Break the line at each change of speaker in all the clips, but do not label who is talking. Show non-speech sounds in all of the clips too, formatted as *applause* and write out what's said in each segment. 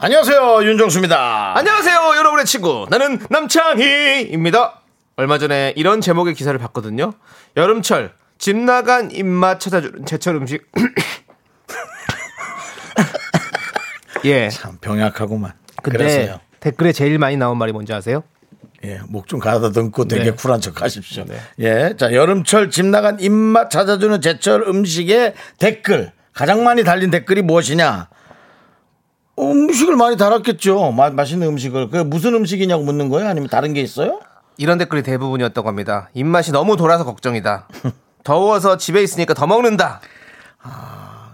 안녕하세요 윤정수입니다.
안녕하세요, 여러분의 친구. 나는 남창희입니다. 얼마 전에 이런 제목의 기사를 봤거든요. 여름철, 집 나간 입맛 찾아주는 제철 음식. *laughs* 예.
참 병약하고만.
근데
그래서요.
댓글에 제일 많이 나온 말이 뭔지 아세요?
예, 목 좀 가다듬고 되게
네.
쿨한 척 하십시오. 예, 자, 여름철 집 나간 입맛 찾아주는 제철 음식의 댓글. 가장 많이 달린 댓글이 무엇이냐? 음식을 많이 달았겠죠. 마- 맛있는 음식을. 그 무슨 음식이냐고 묻는 거예요? 아니면 다른 게 있어요?
이런 댓글이 대부분이었다고 합니다. 입맛이 너무 돌아서
*laughs*
걱정이다. 더워서 집에 있으니까 더 먹는다.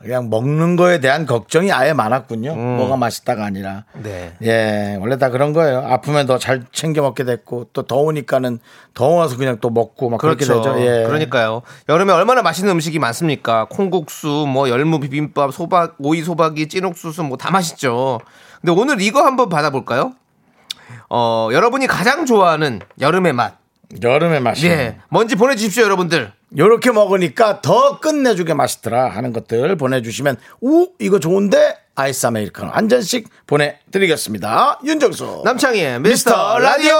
그냥 먹는 거에 대한 걱정이 아예 많았군요. 뭐가 맛있다가 아니라.
음. 네.
예, 원래 다 그런 거예요. 아프면 더 잘 챙겨 먹게 됐고 또 더우니까는 더워서 그냥 또 먹고 막 그렇게
그렇죠.
되죠. 예.
그러니까요. 여름에 얼마나 맛있는 음식이 많습니까? 콩국수, 뭐 열무 비빔밥, 소박, 오이 소박이, 찐옥수수 뭐 다 맛있죠. 근데 오늘 이거 한번 받아볼까요? 어, 여러분이 가장 좋아하는 여름의 맛.
여름에 맛이.
예. 뭔지 보내주십시오, 여러분들.
요렇게 먹으니까 더 끝내주게 맛있더라 하는 것들 보내주시면 우 이거 좋은데 아이스 아메리카노 한 잔씩 보내드리겠습니다. 윤정수.
남창희의 미스터 라디오!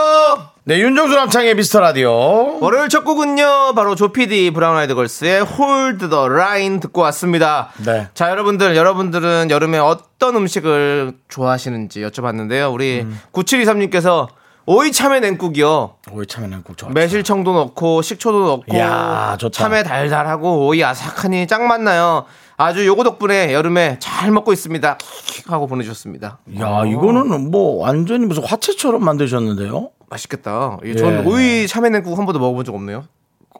네, 윤정수 남창의 미스터 라디오.
월요일 첫 곡은요, 바로 조피디 브라운 아이드 걸스의 홀드 더 라인 듣고 왔습니다.
네.
자, 여러분들, 여러분들은 여름에 어떤 음식을 좋아하시는지 여쭤봤는데요. 우리
음.
9723님께서 오이 참외 냉국이요.
오이 참외냉국 좋아.
매실청도 넣고 식초도 넣고
이야, 좋다.
참외 달달하고 오이 아삭하니 짱 맞나요. 아주 요거 덕분에 여름에 잘 먹고 있습니다. 킥킥 하고 보내주셨습니다.
야, 이거는 뭐 완전히 무슨 화채처럼 만드셨는데요.
맛있겠다. 예, 전
예.
오이 참외 냉국 한 번도 먹어본 적 없네요.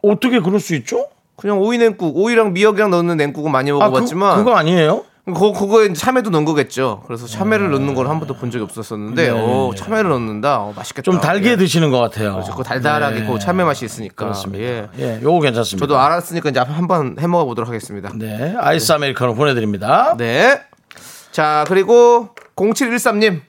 어떻게 그럴 수 있죠?
그냥 오이 냉국, 오이랑 미역이랑 넣는 냉국은 많이 먹어봤지만
그, 거 아니에요?
그, 그거에 이제 참외도 넣은 거겠죠. 그래서 참외를
네.
넣는 걸 한 번도 본 적이 없었었는데, 오, 참외를 넣는다. 어, 맛있겠다.
좀 달게
예.
드시는 것 같아요. 네.
그거 달달하게 그 참외 맛이 있으니까.
그렇습니다.
예.
예, 요거 괜찮습니다.
저도 알았으니까 이제 한번 해 먹어 보도록 하겠습니다. 네.
네, 아이스 아메리카노 보내드립니다.
자, 그리고 0713님.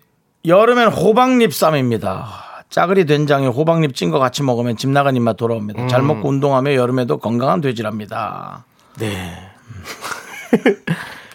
여름엔 호박잎 쌈입니다. 짜글이 된장에 호박잎 찐 거 같이 먹으면 집 나간 입맛 돌아옵니다. 잘
음.
먹고 운동하며 여름에도 건강한 돼지랍니다. 네.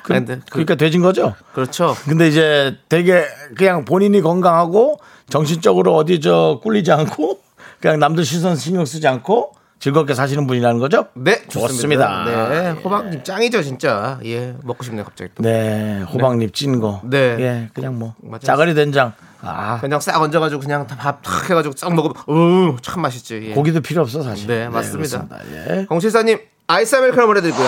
그, 네, 그,
그러니까 돼진 거죠?
그렇죠.
근데 이제 되게 그냥 본인이 건강하고 정신적으로 어디 저 꿀리지 않고 그냥 남들 시선 신경 쓰지 않고 즐겁게 사시는 분이라는 거죠?
네,
좋습니다.
네, 호박잎 짱이죠, 진짜. 예, 먹고 싶네요, 갑자기 또.
네, 호박잎 찐 거.
네.
예, 그냥 뭐
맞아요.
짜글이 된장. 아,
그냥 싹 얹어가지고 그냥 다밥탁 해가지고 싹 먹으면, 우, 참 맛있지. 예.
고기도 필요 없어 사실.
네, 맞습니다.
그렇습니다. 예.
공실사님 아이스 아메리카노 보내드리고요.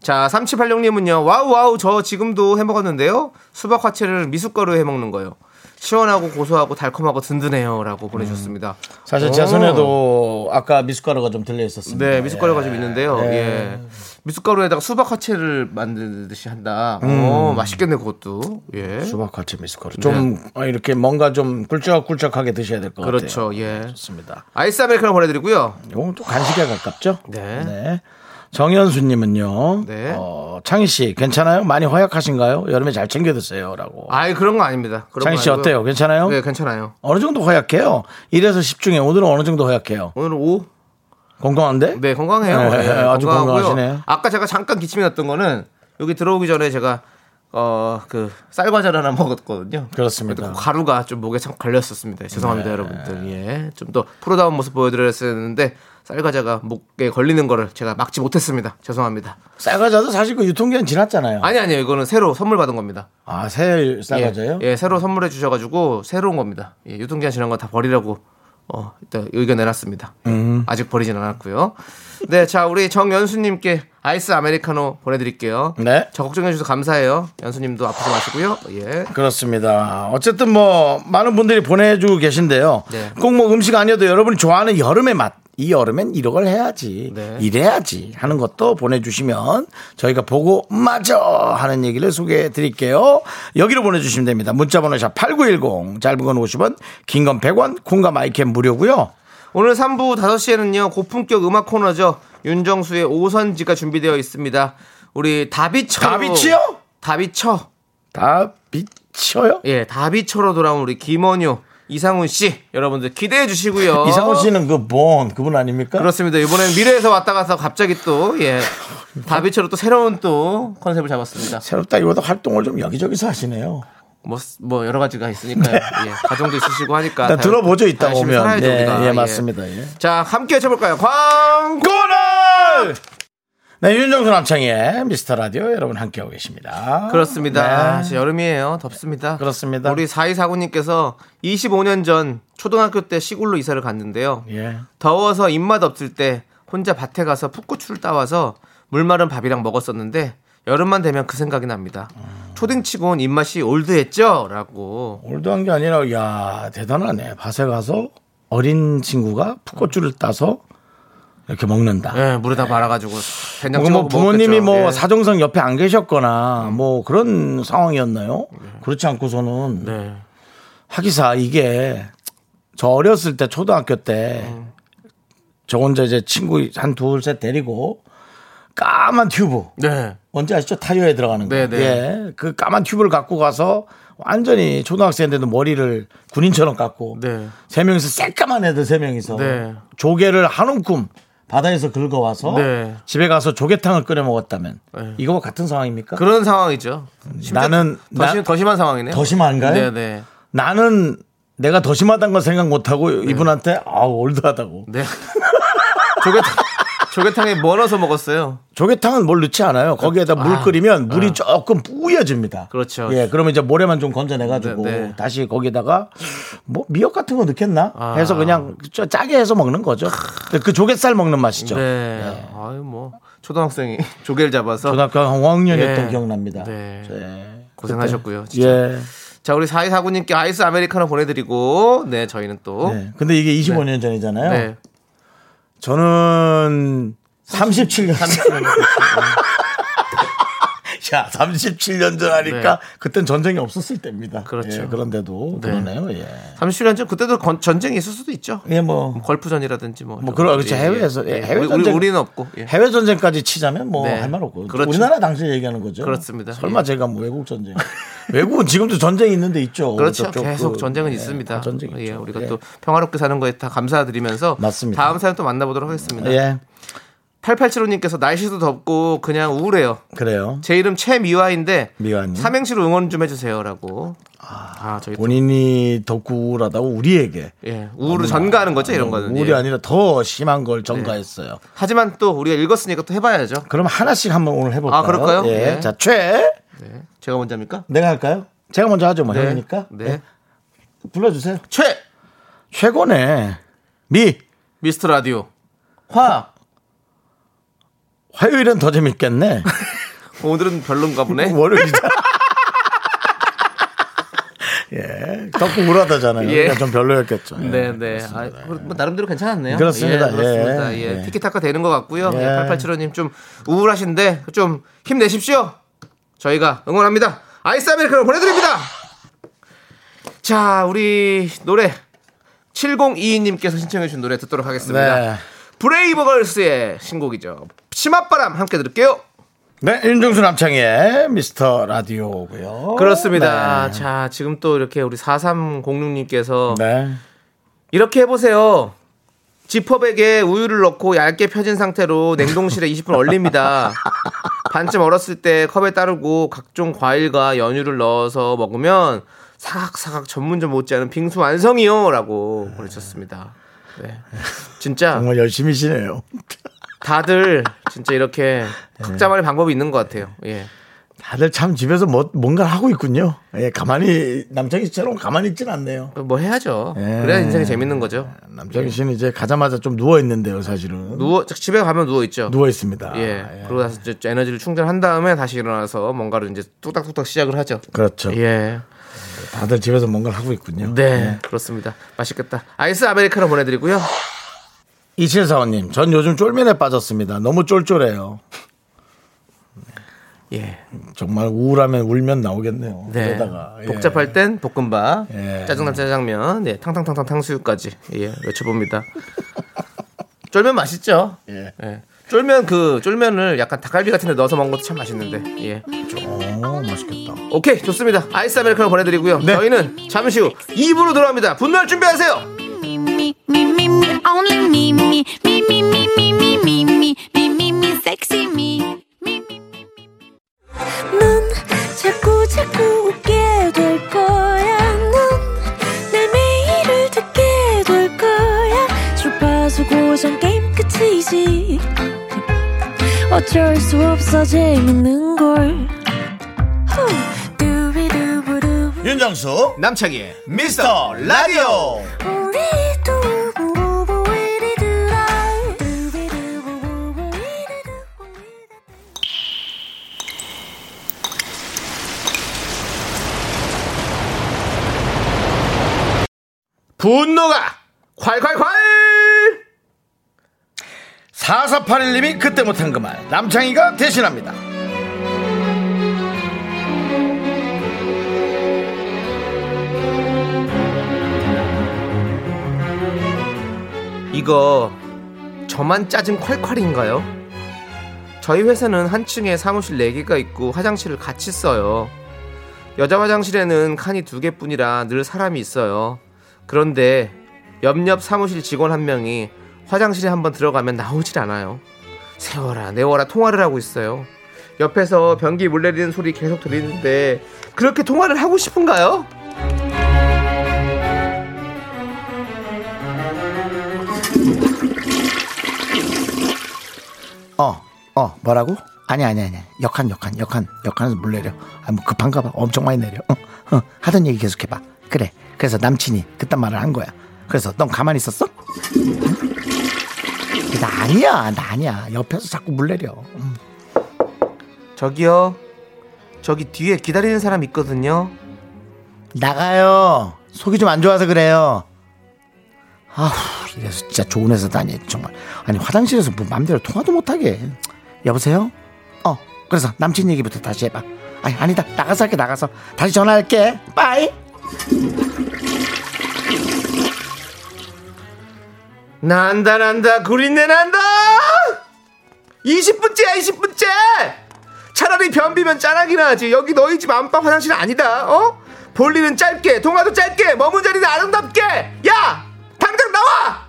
자, 3786님은요. 와우 와우 저 지금도 해먹었는데요. 수박 화채를 미숫가루 에 해먹는 거요. 시원하고 고소하고 달콤하고 든든해요라고 보내주셨습니다.
음. 사실
오.
제 손에도 아까 미숫가루가 좀 들려 있었습니다.
어. 네 미숫가루가 좀 있는데요. 예. 미숫가루에다가 수박 화채를 만드듯이 한다. 오, 맛있겠네 그것도. 예.
음. 수박 같이 미숫가루. 좀 어, 이렇게 뭔가 좀 꿀쩍꿀쩍하게 드셔야 될 것 같아요.
그렇죠. 예.
좋습니다.
아이스 아메리카노 보내드리고요.
이건 또 간식에 가깝죠?
네.
정현수님은요.
네.
어, 창희 씨 괜찮아요? 많이 허약하신가요? 여름에 잘 챙겨 드세요라고.
아이 그런 거 아닙니다. 그런
창희
거
씨
아니고요.
어때요? 괜찮아요?
네 괜찮아요.
어느 정도 허약해요? 1에서 10 중에 오늘은 어느 정도 허약해요?
오늘은 오.
건강한데?
네, 건강해요.
네,
예,
아주
건강하고요.
건강하시네요.
아까 제가 잠깐 기침이 났던 거는 여기 들어오기 전에 제가 어 그 쌀과자를 하나 먹었거든요.
그렇습니다. 네.
근데 그 가루가 좀 목에 참 걸렸었습니다. 죄송합니다, 여러분들. 예, 좀 더 프로다운 모습 보여드려야 했는데 쌀과자가 목에 걸리는 거를 제가 막지 못했습니다. 죄송합니다.
쌀과자도 사실 그 유통기한 지났잖아요.
아니 아니요, 이거는 새로 선물 받은 겁니다.
아, 새해 쌀과자요?
예, 예, 새로 선물해 주셔가지고 새로운 겁니다. 예, 유통기한 지난 거 다 버리라고 어, 일단 의견 내놨습니다. 예,
음.
아직 버리진 않았고요. 네, 자 우리 정연수님께 아이스 아메리카노 보내드릴게요.
네.
적극적해 주셔서 감사해요. 연수님도 아프지 마시고요. 예.
그렇습니다. 어쨌든 뭐 많은 분들이 보내주고 계신데요.
네.
꼭 뭐 음식 아니어도 여러분이 좋아하는 여름의 맛 이 여름엔 이걸 해야지.
네.
이래야지 하는 것도 보내주시면 저희가 보고 맞아 하는 얘기를 소개해 드릴게요. 여기로 보내주시면 됩니다. 문자번호 샵8910 짧은 건 50원 긴 건 100원 콩과 마이캠 무료고요.
오늘 3부 5시에는요, 고품격 음악 코너죠. 윤정수의 오선지가 준비되어 있습니다. 우리 다비처.
다비치요?
다비처.
다 비쳐요?
예, 다비처로 돌아온 우리 김원효, 이상훈 씨. 여러분들 기대해 주시고요.
이상호 씨는 그 본 그분 아닙니까?
어. 그렇습니다. 이번엔 미래에서 왔다 가서 갑자기 또, 예. 다비처로 또 새로운 또 컨셉을 잡았습니다.
새롭다기보다 활동을 좀 여기저기서 하시네요.
뭐, 뭐 여러 가지가 있으니까요. 예, 가정도 있으시고 하니까.
일단 들어보죠, 네. 이따
그러니까 열심히
오면.
살아야죠,
예,
우리가.
예, 맞습니다. 예.
자, 함께 해쳐볼까요? 광고!
골을! 네, 윤정수 남창희의 미스터 라디오 여러분 함께하고 계십니다.
그렇습니다. 아,
네.
진짜 여름이에요. 덥습니다.
그렇습니다.
우리 4249님께서 25년 전 초등학교 때 시골로 이사를 갔는데요.
예.
더워서 입맛 없을 때 혼자 밭에 가서 풋고추를 따와서 물 마른 밥이랑 먹었었는데 여름만 되면 그 생각이 납니다. 초딩치곤 입맛이 올드했죠? 라고.
올드한 게 아니라, 야 대단하네. 밭에 가서 어린 친구가 풋고추를 따서 이렇게 먹는다.
예, 물에다 말아가지고
그거
된장 찍어
네. 뭐
먹고
부모님이
먹었겠죠.
뭐
예.
사정상 옆에 안 계셨거나 뭐 그런 상황이었나요? 그렇지 않고서는
네.
하기사 이게 저 어렸을 때 초등학교 때 저 혼자 이제 친구 한 둘 셋 데리고 까만 튜브
네.
뭔지 아시죠? 타이어에 들어가는 거.
네, 네.
예. 그 까만 튜브를 갖고 가서 완전히 초등학생인데도 머리를 군인처럼 깎고
네.
세 명이서 새까만 애들 세 명이서
네.
조개를 한 움큼 바다에서 긁어와서
네.
집에 가서 조개탕을 끓여 먹었다면
네.
이거와 뭐 같은 상황입니까?
그런 상황이죠. 심지어
나는
더,
나-
심, 더 심한 상황이네.
더 심한가요?
네네.
나는 내가 더 심하다는 건 생각 못하고 이분한테 아 올드하다고
네. *laughs* 조개탕, 조개탕에 뭐 넣어서 먹었어요?
조개탕은 뭘 넣지 않아요. 거기에다 물
아.
끓이면 물이 조금 뿌여집니다.
그렇죠.
예, 그러면 이제 모래만 좀 건져내가지고
네, 네.
다시 거기다가 뭐 미역 같은 거 넣겠나
아.
해서 그냥 저 짜게 해서 먹는 거죠. 근데 그 조갯살 먹는 맛이죠.
네. 아유, 뭐. 초등학생이 *laughs* 조개를 잡아서
초등학교 한 5학년이었던
예.
기억납니다.
네.
예.
고생하셨고요. 진짜.
예.
자, 우리 4249님께 아이스 아메리카노 보내드리고, 네, 저희는 또.
네. 근데 이게 25년 전이잖아요.
네.
저는 37년 전. 야, 37년 전 하니까
네.
그땐 전쟁이 없었을 때입니다.
그렇죠.
예, 그런데도
네.
그러네요. 예.
30년 전, 그때도 건- 전쟁이 있을 수도 있죠.
예, 뭐
걸프전이라든지 뭐.
뭐
이런
그런
것들이.
그렇죠. 해외에서
예,
예, 해외
우리,
전쟁
우리, 는 없고. 예.
해외 전쟁까지 치자면 뭐
네.
할 말 없고
그렇죠.
우리나라 당시 얘기하는 거죠.
그렇습니다.
설마
예.
제가 뭐 외국 전쟁 *laughs* 외국은 지금도 전쟁이 있는데 있죠.
그렇죠.
저쪽
계속
그,
전쟁은
예,
있습니다.
전쟁 있죠.
예, 우리가
예.
또 평화롭게 사는 거에 다 감사드리면서
맞습니다.
다음 사연 또 만나보도록 하겠습니다.
예,
8875님께서 날씨도 덥고 그냥 우울해요.
그래요.
제 이름 최미화인데
미화님.
삼행시로 응원 좀 해주세요라고. 아, 저희 또-
본인이 덕구 우울하다고 우리에게
예 우울을 전가하는 거죠 이런 거는.
어, 우울이
예.
아니라 더 심한 걸 전가했어요.
하지만 또 우리가 읽었으니까 또 해봐야죠.
그럼 하나씩 한번 오늘 해볼까요?
아, 그럴까요?
예.
예.
자, 최.
네, 제가 먼저입니까?
내가 할까요? 제가 먼저 하죠, 뭐.
네,
형이니까.
네.
예. 불러주세요.
최
최고네. 미.
미스터 라디오
화. 화요일엔 더 재밌겠네.
오늘은 별론가
*laughs*
보네.
월요일이다. 예. 덕후 우울하다잖아요.
예.
그러니까 좀 별로였겠죠. 예.
*laughs* 네, 네. 아, 그래도 뭐 나름대로 괜찮았네요.
그렇습니다.
예, 그렇습니다.
예,
예,
예.
티키타카 되는 것 같고요.
예.
예. 8875님 좀 우울하신데 좀 힘내십시오. 저희가 응원합니다. 아이스 아메리카노 보내드립니다. 자, 우리 노래 7022님께서 신청해주신 노래 듣도록 하겠습니다.
네.
브레이브걸스의 신곡이죠. 치맛바람 함께 들을게요.
네, 윤종수 남창희의 미스터 라디오고요
그렇습니다. 네. 자, 지금 또 이렇게 우리 4306님께서
네.
이렇게 해보세요. 지퍼백에 우유를 넣고 얇게 펴진 상태로 냉동실에 20분 얼립니다. 반쯤 얼었을 때 컵에 따르고 각종 과일과 연유를 넣어서 먹으면 사각사각 전문점 못지않은 빙수 완성이요! 라고 보내셨습니다. 네. 진짜
정말 열심히시네요.
다들 진짜 이렇게 각자만의 방법이 있는 것 같아요. 예.
다들 참 집에서 뭐, 뭔가를 하고 있군요. 예, 가만히, 남창희 씨처럼 가만히 있진 않네요.
뭐 해야죠.
예.
그래야 인생이 재밌는 거죠.
남창희 씨는 이제 가자마자 좀 누워있는데요, 사실은.
예. 누워, 집에 가면 누워있죠.
누워있습니다.
예. 그러고 나서 이제 에너지를 충전한 다음에 다시 일어나서 뭔가를 이제 뚝딱뚝딱 시작을 하죠.
그렇죠.
예.
다들 집에서 뭔가를 하고 있군요.
네. 그렇습니다. 맛있겠다. 아이스 아메리카노 보내드리고요.
이칠사원님, 전 요즘 쫄면에 빠졌습니다. 너무 쫄쫄해요.
예.
정말 우울하면 울면 나오겠네요.
네.
그러다가 예.
복잡할 땐 볶음밥,
예.
짜장면 짜장면, 네, 탕탕탕탕 탕수육까지 예, 외쳐봅니다. *laughs* 쫄면 맛있죠?
예.
예. 쫄면 그 쫄면을 약간 닭갈비 같은 데 넣어서 먹는 것도 참 맛있는데. 예.
오, 어, 맛있겠다.
오케이, 좋습니다. 아이스 아메리카노 보내 드리고요.
네.
저희는 잠시 후 2부로 돌아옵니다. 분노할 준비하세요.
Me, me, me, me, me, only me, me, me, me, me, me, me, me, me, me, me, me, sexy me. Me, me, me, me, me. 넌 자꾸, 자꾸 웃게 될 거야. 넌내 매일을 듣게 될 거야. 주파수 고정 게임 끝이지. 어쩔 수 없어 재밌는 걸. 후. 두비두부두.
윤정수
남창희의 미스터 라디오.
우리 두부부부 우리들아. 두비두부부부 우리들아.
분노가 콸콸콸!
4481님이 그때 못한 그 말 남창희가 대신합니다.
이거 저만 짜증 콸콸인가요? 저희 회사는 한 층에 사무실 4개가 있고 화장실을 같이 써요. 여자 화장실에는 칸이 2개뿐이라 늘 사람이 있어요. 그런데 옆옆 사무실 직원 한 명이 화장실에 한번 들어가면 나오질 않아요. 세워라 내워라 통화를 하고 있어요. 옆에서 변기 물 내리는 소리 계속 들리는데 그렇게 통화를 하고 싶은가요?
어, 어, 뭐라고? 아니, 아니, 아니. 역한, 역한, 역한, 역한에서 물 내려. 아, 뭐 급한가 봐. 엄청 많이 내려. 어, 어, 하던 얘기 계속 해봐. 그래. 그래서 남친이 그딴 말을 한 거야. 그래서 넌 가만히 있었어? 나 아니야, 나 아니야. 옆에서 자꾸 물 내려. 음.
저기요 저기 뒤에 기다리는 사람 있거든요.
나가요. 속이 좀 안 좋아서 그래요. 아우, 이래서 진짜 좋은 회사 다니 정말. 아니 화장실에서 뭐 맘대로 통화도 못하게. 여보세요? 어, 그래서 남친 얘기부터 다시 해봐. 아니 아니다 나가서 할게 나가서 다시 전화할게. 빠이.
난다 난다 구린내 난다 20분째야 20분째 차라리 변비면 짠하긴 하지 여기 너희 집 안방 화장실 아니다 어? 볼일은 짧게 동화도 짧게 머문 자리는 아름답게 야 당장 나와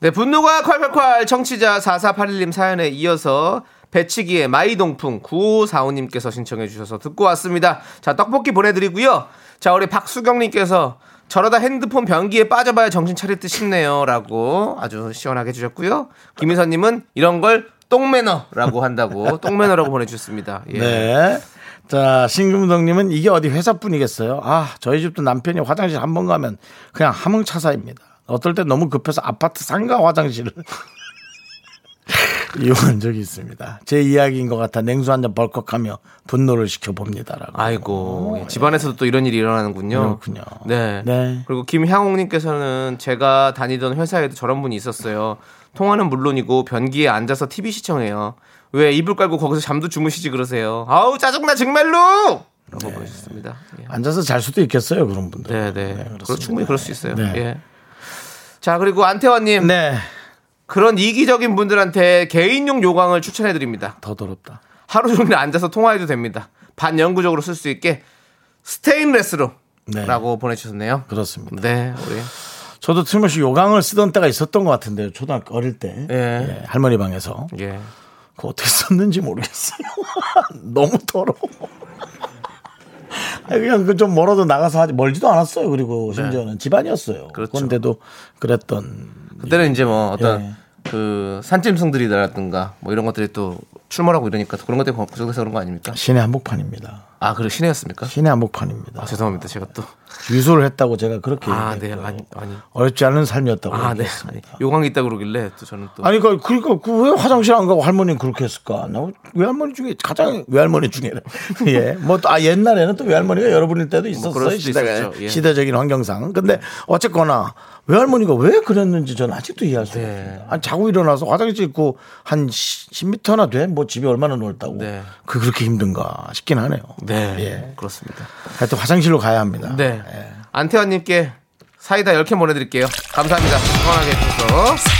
네 분노가 콸콸콸 청취자 4481님 사연에 이어서 배치기의 마이동풍 9545님께서 신청해 주셔서 듣고 왔습니다 자 떡볶이 보내드리고요 자 우리 박수경님께서 저러다 핸드폰 변기에 빠져봐야 정신 차릴 듯 싶네요 라고 아주 시원하게 해주셨고요 김희선님은 이런 걸 똥매너라고 한다고 똥매너라고 보내주셨습니다 예.
네. 자, 신금동님은 이게 어디 회사뿐이겠어요? 아, 저희 집도 남편이 화장실 한 번 가면 그냥 하몽차사입니다. 어떨 때 너무 급해서 아파트 상가 화장실을 *laughs* 이용한 적이 있습니다. 제 이야기인 것 같아 냉수 한 잔 벌컥하며 분노를 시켜봅니다라고.
아이고 예, 집안에서도 또 이런 일이 일어나는군요.
어, 그렇군요.
네.
네.
그리고 김향옥님께서는 제가 다니던 회사에도 저런 분이 있었어요. 통화는 물론이고 변기에 앉아서 TV 시청해요. 왜 이불 깔고 거기서 잠도 주무시지 그러세요? 아우 짜증나 정말로. 라고
네.
보셨습니다. 예.
앉아서 잘 수도 있겠어요, 그런 분들.
네, 네.
그렇습니다.
그렇 충분히 그럴 수 있어요.
네.
예. 자 그리고 안태환님
네.
그런 이기적인 분들한테 개인용 요강을 추천해 드립니다.
더 더럽다.
하루 종일 앉아서 통화해도 됩니다. 반영구적으로 쓸 수 있게 스테인레스로
네.
라고 보내주셨네요.
그렇습니다.
네, 우리
저도 틀림없이 요강을 쓰던 때가 있었던 것 같은데요. 초등학교 어릴 때.
예.
예, 할머니 방에서.
예.
그거 어떻게 썼는지 모르겠어요. *laughs* 너무 더러워. 아니, 그냥 그 좀 멀어도 나가서 하지 멀지도 않았어요. 그리고 심지어는 집안이었어요. 그
네. 그렇죠.
런데도 그랬던
그때는 이제 뭐 어떤
예.
그 산짐승들이라든가 뭐 이런 것들이 또 출마하고 이러니까 그런 것 때문에 걱정돼서 그런 거 아닙니까?
신의 한복판입니다.
아, 그래 시내였습니까?
신의 한복판입니다.
아, 죄송합니다. 제가 또.
유소를 했다고 제가 그렇게
아, 네.
얘기했고요.
아니, 아니.
어렵지 않은 삶이었다고
아, 네. 아니,
얘기했습니다.
요강이 있다 그러길래 또 저는 또
아니 그러니까 그러니까 그왜 화장실 안 가고 할머니는 그렇게 했을까? 나 외할머니 중에 가장 외할머니 중에 *laughs* 예. 뭐 또 아 옛날에는 또 외할머니가 여러분일 때도 있었어요.
뭐 그럴 수도
시대가
있었죠. 예.
시대적인 환경상. 근데 어쨌거나 외할머니가 왜 그랬는지 저는 아직도 이해할 수가
네.
없습니다. 아니 자고 일어나서 화장실 있고 한 10m나 돼? 뭐 집이 얼마나 넓다고.
네.
그 그렇게 힘든가 싶긴 하네요.
네.
예.
그렇습니다.
하여튼 화장실로 가야 합니다.
네.
예.
안태환 님께 사이다 10개 보내 드릴게요. 감사합니다. 건강하게 해 주셔서.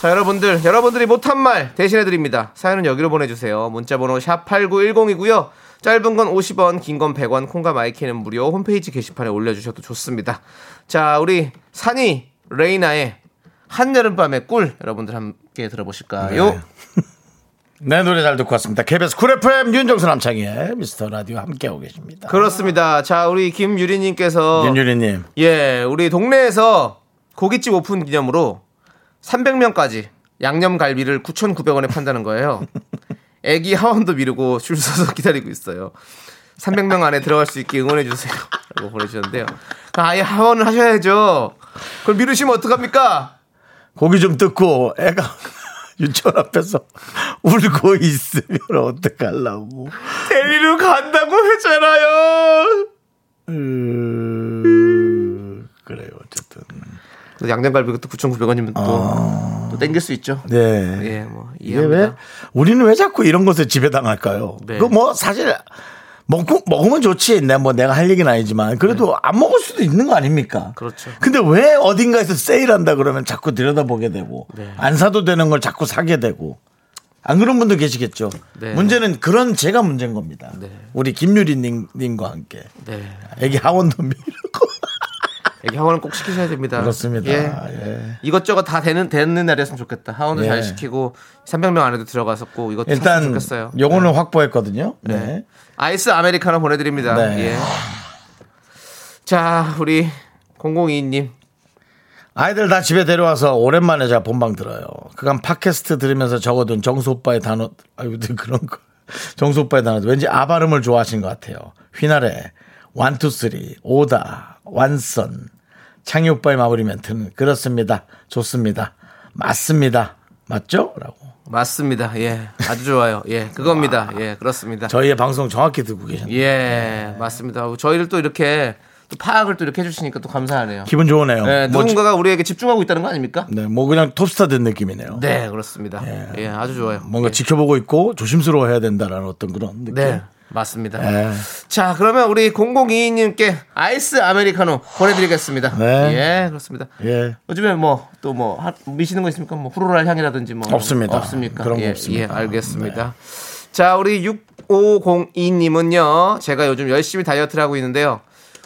자, 여러분들, 여러분들이 못한 말 대신해 드립니다. 사연은 여기로 보내 주세요. 문자 번호 샵 8910이고요. 짧은 건 50원, 긴 건 100원, 콩과 마이키는 무료 홈페이지 게시판에 올려 주셔도 좋습니다. 자, 우리 산이 레이나의 한여름밤의 꿀 여러분들 함께 들어보실까요?
네. *laughs* 네, 노래 잘 듣고 왔습니다. KBS 쿨 FM 윤정수 남창희의 미스터 라디오 함께하고 계십니다.
그렇습니다. 자, 우리 김유리님께서
윤유리님.
예, 우리 동네에서 고깃집 오픈 기념으로 300명까지 양념갈비를 9,900원에 판다는 거예요. 애기 하원도 미루고 줄 서서 기다리고 있어요. 300명 안에 들어갈 수 있게 응원해 주세요. 라고 보내주셨는데요. 아예 하원을 하셔야죠. 그걸 미루시면 어떡합니까?
고기 좀 뜯고 애가 *laughs* 유치원 앞에서 *laughs* 울고 있으면 어떡하려고.
데리러 간다고 했잖아요.
음, 그래요, 어쨌든.
그 양념갈비 그것도 9,900원이면 또, 또 땡길 수 있죠.
아. 네.
예, 뭐,
이게 왜,
이해합니다.
우리는 왜 자꾸 이런 것에 지배당할까요?
네.
그 뭐, 사실, 먹고, 먹으면 좋지. 내가 뭐 내가 할 얘기는 아니지만, 그래도 안 먹을 수도 있는 거 아닙니까?
네. 그렇죠.
근데 왜 어딘가에서 세일한다 그러면 자꾸 들여다보게 되고,
네.
안 사도 되는 걸 자꾸 사게 되고, 안 그런 분도 계시겠죠.
네.
문제는 그런 제가 문제인 겁니다.
네.
우리 김유리님과 함께.
네.
애기 하원도 미루고. *laughs*
애기 하원은 꼭 시키셔야 됩니다.
그렇습니다.
예.
예.
이것저것 다 되는 되는 날이었으면 좋겠다. 하원도
예.
잘 시키고 300명 안에도 들어가서고 이것도
일단,
했으면 좋겠어요.
요거는 확보했거든요. 네.
아이스 아메리카노 보내드립니다.
네.
예. 자 우리 0022님
아이들 다 집에 데려와서 오랜만에 제가 본방 들어요. 그간 팟캐스트 들으면서 적어둔 정수 오빠의 단어, 아유, 그런 거. *laughs* 정수 오빠의 단어. 왠지 아발음을 좋아하신 것 같아요. 휘날에, 원투쓰리, 오다, 완선. 창희 오빠의 마무리 멘트는 그렇습니다. 좋습니다. 맞습니다. 맞죠? 라고.
맞습니다. 예 아주 좋아요. 예 그겁니다. 예 그렇습니다.
저희의 방송 정확히 듣고 계셨네요.
예 맞습니다. 저희를 또 이렇게 또 파악을 또 이렇게 해주시니까 또 감사하네요.
기분 좋으네요.
예,
뭐,
누군가가 우리에게 집중하고 있다는 거 아닙니까?
네, 뭐 그냥 톱스타 된 느낌이네요.
네 그렇습니다. 예, 아주 좋아요.
뭔가
예.
지켜보고 있고 조심스러워해야 된다라는 어떤 그런 느낌.
네 맞습니다.
예.
자, 그러면 우리 0022님께 아이스 아메리카노 보내드리겠습니다.
네.
예, 그렇습니다.
예.
요즘에 뭐 또 뭐 미시는 거 있습니까? 뭐 후루랄 향이라든지 뭐
없습니다.
없습니까?
그런 거
예,
없습니다. 네.
예, 알겠습니다. 자, 우리 6502님은요. 제가 요즘 열심히 다이어트를 하고 있는데요.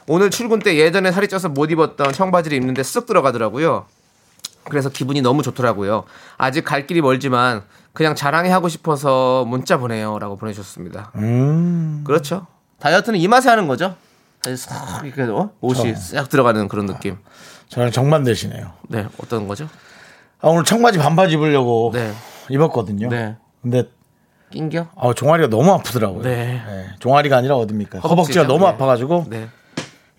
오늘 출근 때 예전에 살이 쪄서 못 입었던 청바지를 입는데 쓱 들어가더라고요. 그래서 기분이 너무 좋더라고요. 아직 갈 길이 멀지만 그냥 자랑해 하고 싶어서 문자 보내요라고 보내주셨습니다.
음.
그렇죠. 다이어트는 이 맛에 하는 거죠. 사실 싹 이렇게 어? 옷이
그렇죠.
싹 들어가는 그런 느낌.
저랑 정반대시네요.
네, 어떤 거죠?
아, 오늘 청바지 반바지 입으려고
네.
입었거든요.
네.
근데
낑겨?
아, 종아리가 너무 아프더라고요.
네.
종아리가 아니라 어딥니까?
허벅지죠?
허벅지가 너무
네.
아파가지고
네.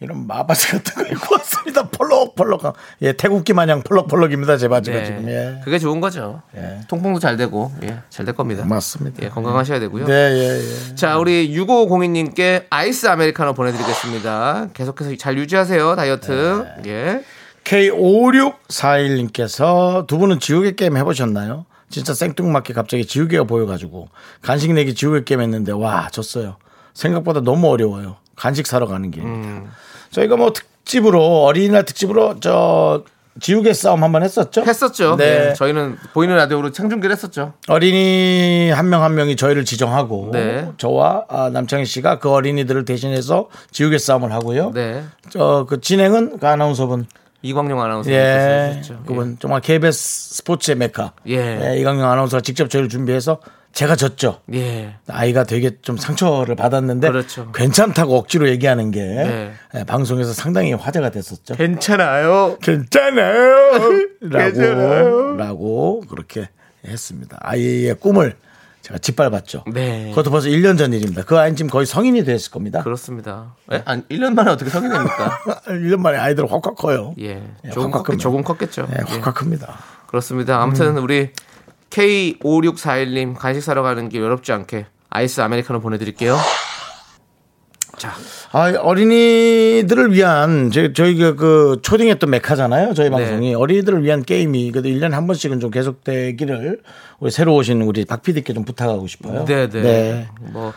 이런 마바지 같은 거 입고 왔습니다. *laughs* 펄럭펄럭. 예, 태국기 마냥 펄럭펄럭입니다. 제 바지가 지금. 예.
네. 그게 좋은 거죠.
예.
통풍도 잘 되고, 예, 잘 될 겁니다.
맞습니다.
예, 건강하셔야 되고요.
네, 예, 예.
자, 우리 6502님께 아이스 아메리카노 보내드리겠습니다. 계속해서 잘 유지하세요, 다이어트. 예.
K5641님께서 두 분은 지우개 게임 해보셨나요? 진짜 생뚱맞게 갑자기 지우개가 보여가지고 간식 내기 지우개 게임 했는데 와 졌어요. 생각보다 너무 어려워요. 간식 사러 가는 길입니다.
음.
저희가 뭐 특집으로 어린이날 특집으로 저 지우개 싸움 한번 했었죠?
했었죠.
네.
예, 저희는 보이는 라디오로 생중계를 했었죠.
어린이 한 명 한 명이 저희를 지정하고
네.
저와 아, 남창희 씨가 그 어린이들을 대신해서 지우개 싸움을 하고요.
네.
저 그 진행은 그 아나운서분
이광용 아나운서님께서
예,
해주셨죠.
그분 정말 KBS 스포츠의 메카.
예.
예, 이강영 아나운서가 직접 저를 준비해서 제가 졌죠.
예. 예.
아이가 되게 좀 상처를 받았는데
그렇죠.
괜찮다고 억지로 얘기하는 게
네.
예, 방송에서 상당히 화제가 됐었죠.
괜찮아요.
괜찮아요. *laughs* 라고
괜찮아요.
라고 그렇게 했습니다. 아이의 꿈을 제가 짓밟았죠.
네.
그것도 벌써 1년 전 일입니다. 그 아이는 지금 거의 성인이 됐을 겁니다. *laughs*
그렇습니다. 예? 아니, 1년 만에 어떻게 성이 됩니까?
1년 만에 아이들 확확 커요.
예.
예,
조금,
확확
컸,
큽니다.
조금 컸겠죠.
예,
예.
확확 큽니다.
그렇습니다. 아무튼 우리 K5641님 간식 사러 가는 길 어렵지 않게 아이스 아메리카노 보내드릴게요. 자,
아, 어린이들을 위한 저희, 저희가 그 초딩했던 메카잖아요. 저희
네.
방송이 어린이들을 위한 게임이 그래도 1년에 한 번씩은 좀 계속되기를 우리 새로 오신 우리 박 PD께 좀 부탁하고 싶어요.
네, 네. 뭐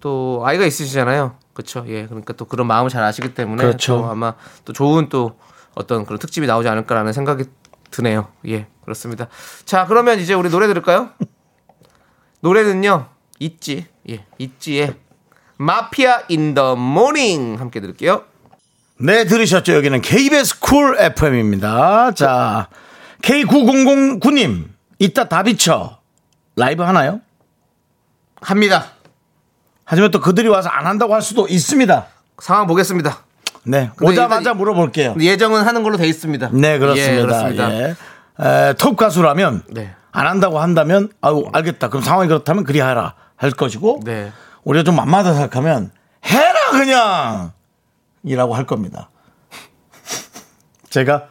또 아이가 있으시잖아요. 그렇죠. 예. 그러니까 또 그런 마음을 잘 아시기 때문에
그렇죠.
또 아마 또 좋은 또 어떤 그런 특집이 나오지 않을까라는 생각이 드네요. 예. 그렇습니다. 자, 그러면 이제 우리 노래 들을까요? *laughs* 노래는요. 있지. 예. 있지의 마피아 인 더 모닝 함께 들을게요.
네, 들으셨죠? 여기는 KBS 쿨 FM입니다. 자, K9009님, 이따 다비쳐. 라이브 하나요?
합니다.
하지만 또 그들이 와서 안 한다고 할 수도 있습니다.
상황 보겠습니다.
네,
근데
오자마자
일단-
물어볼게요.
예정은 하는 걸로 돼 있습니다.
네, 그렇습니다.
예, 그렇습니다.
예. 에, 톱 가수라면
네.
안 한다고 한다면 아유 알겠다. 그럼 상황이 그렇다면 그리 하라 할 것이고
네.
우리가 좀 만만하다 생각하면 해라 그냥 이라고 할 겁니다. *laughs* 제가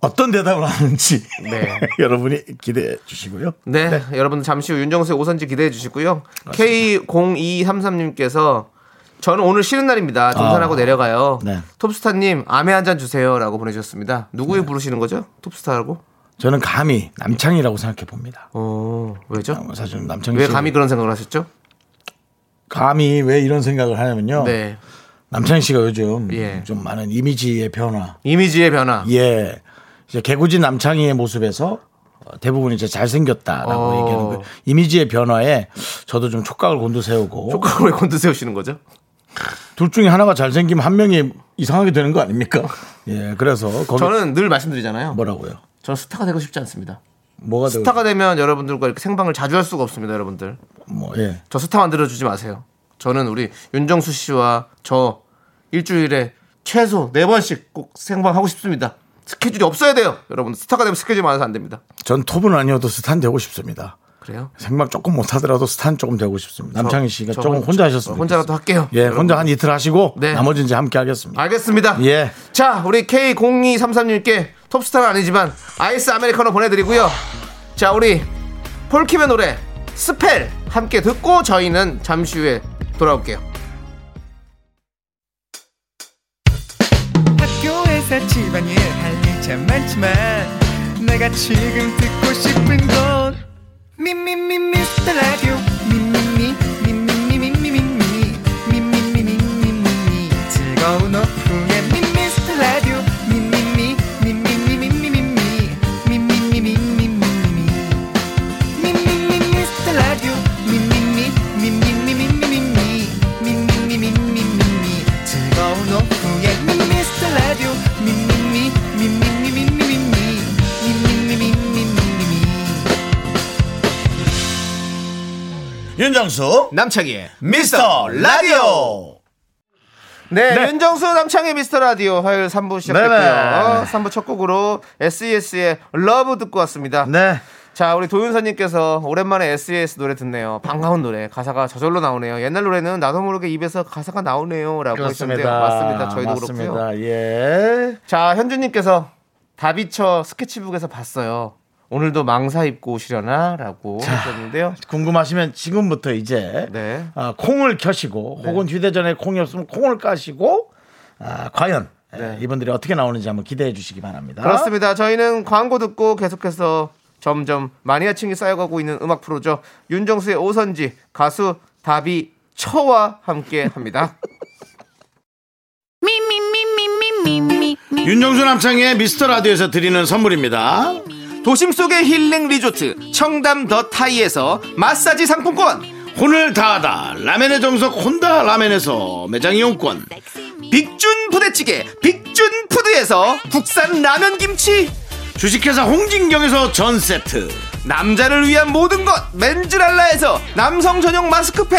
어떤 대답을 하는지
네.
*laughs* 여러분이 기대해 주시고요.
네, 여러분 잠시 후 윤정수의 오선지 기대해 주시고요. K0233님께서 저는 오늘 쉬는 날입니다. 등산하고
아.
내려가요.
네.
톱스타님 아메 한 잔 주세요라고 보내주셨습니다. 누구의
네.
부르시는 거죠? 톱스타라고?
저는 감히 남창이라고 생각해 봅니다.
어, 왜죠?
사실 아, 남창이
왜
씨-
감히 그런 생각을 하셨죠?
감히 왜 이런 생각을 하냐면요.
네,
남창 씨가 요즘
예.
좀 많은 이미지의 변화
이미지의 변화.
예. 이제 개구진 남창희의 모습에서 어, 대부분이 이제 잘생겼다라고
어.
얘기하는 그 이미지의 변화에 저도 좀 촉각을 곤두세우고
*laughs* 조각을 왜 건드세우시는 거죠?
둘 중에 하나가 잘생기면 한 명이 이상하게 되는 거 아닙니까? *laughs* 예. 그래서 거기
저는 늘 말씀드리잖아요.
뭐라고요?
저는 스타가 되고 싶지 않습니다.
뭐가 되고
스타가 되면 여러분들과 이렇게 생방을 자주 할 수가 없습니다, 여러분들.
뭐 예.
저 스타 만들어 주지 마세요. 저는 우리 윤정수 씨와 저 일주일에 최소 네 번씩 꼭 생방 하고 싶습니다. 스케줄이 없어야 돼요, 여러분. 스타가 되면 스케줄이 많아서 안 됩니다.
전 톱은 아니어도 스탄 되고 싶습니다.
그래요?
생방 조금 못 하더라도 스탄 조금 되고 싶습니다. 남창희 씨가
저
조금
혼-
혼자 하셨습니다.
혼자라도 할게요.
예,
여러분.
혼자 한 이틀 하시고
네.
나머지는 이제 함께 하겠습니다.
알겠습니다.
예.
자, 우리 K0233님께 톱스타는 아니지만 아이스 아메리카노 보내드리고요. 자, 우리 폴킴의 노래 스펠 함께 듣고 저희는 잠시 후에 돌아올게요.
학교에서 집안일 할 일 참 많지만 내가 지금 듣고 싶은 건 미미미 미스터 라디오 미미미 미미미 미미미 미미미 미미미 미미미 즐거운 오후에 미미스터 라디오 미미미 미미미 미미미 미미미 미미미 미미미
윤정수
남창희의
미스터 라디오.
네, 윤정수 남창의 미스터 라디오 화요일 3부 시작했고요.
네네.
3부 첫 곡으로 E SES의 러브 듣고 왔습니다.
네.
자, 우리 도윤서님께서 오랜만에 SES 노래 듣네요. 반가운 노래. 가사가 저절로 나오네요. 옛날 노래는 나도 모르게 입에서 가사가 나오네요. 라고 하셨는데요. 맞습니다. 저희도
맞습니다.
그렇고요.
예.
자, 현주님께서 다비처 스케치북에서 봤어요. 오늘도 망사 입고 오시려나? 라고 하셨는데요.
궁금하시면 지금부터 이제
네.
아, 콩을 켜시고 혹은 휴대전화에 콩이 없으면 콩을 까시고 아, 과연 예, 이분들이 어떻게 나오는지 한번 기대해 주시기 바랍니다.
네. 그렇습니다. 저희는 광고 듣고 계속해서 점점 마니아층이 쌓여가고 있는 음악 프로죠. 윤정수의 오선지 가수 다비 처와 함께 합니다.
미미미미미미미미
윤정수 남창의 미스터 라디오에서 드리는 선물입니다.
*laughs* 도심 속의 힐링 리조트 청담 더 타이에서 마사지 상품권
혼을 다하다 라멘의 정석 혼다 라멘에서 매장 이용권
빅준 부대찌개 빅준 푸드에서 국산 라면 김치
주식회사 홍진경에서 전 세트
남자를 위한 모든 것 맨즈랄라에서 남성 전용 마스크팩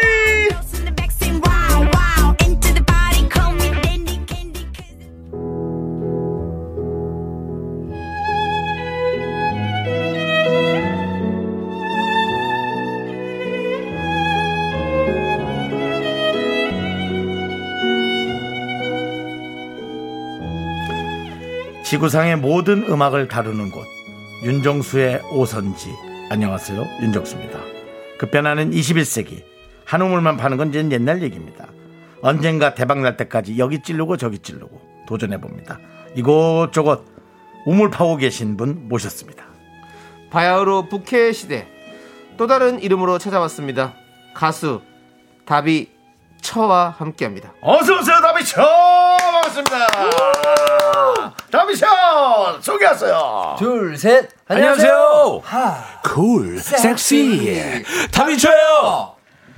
지구상의 모든 음악을 다루는 곳 윤정수의 오선지 안녕하세요 윤정수입니다 급변하는 21세기 한 우물만 파는 건 이제 옛날 얘기입니다 언젠가 대박 날 때까지 여기 찌르고 저기 찌르고 도전해봅니다 이곳저곳 우물 파고 계신 분 모셨습니다
바야흐로 부캐 시대 또 다른 이름으로 찾아왔습니다 가수 다비 처와 함께합니다
어서오세요 다비쇼 반갑습니다 다비쇼 소개하세요
둘셋
안녕하세요.
하
쿨,
섹시.
다비초예요.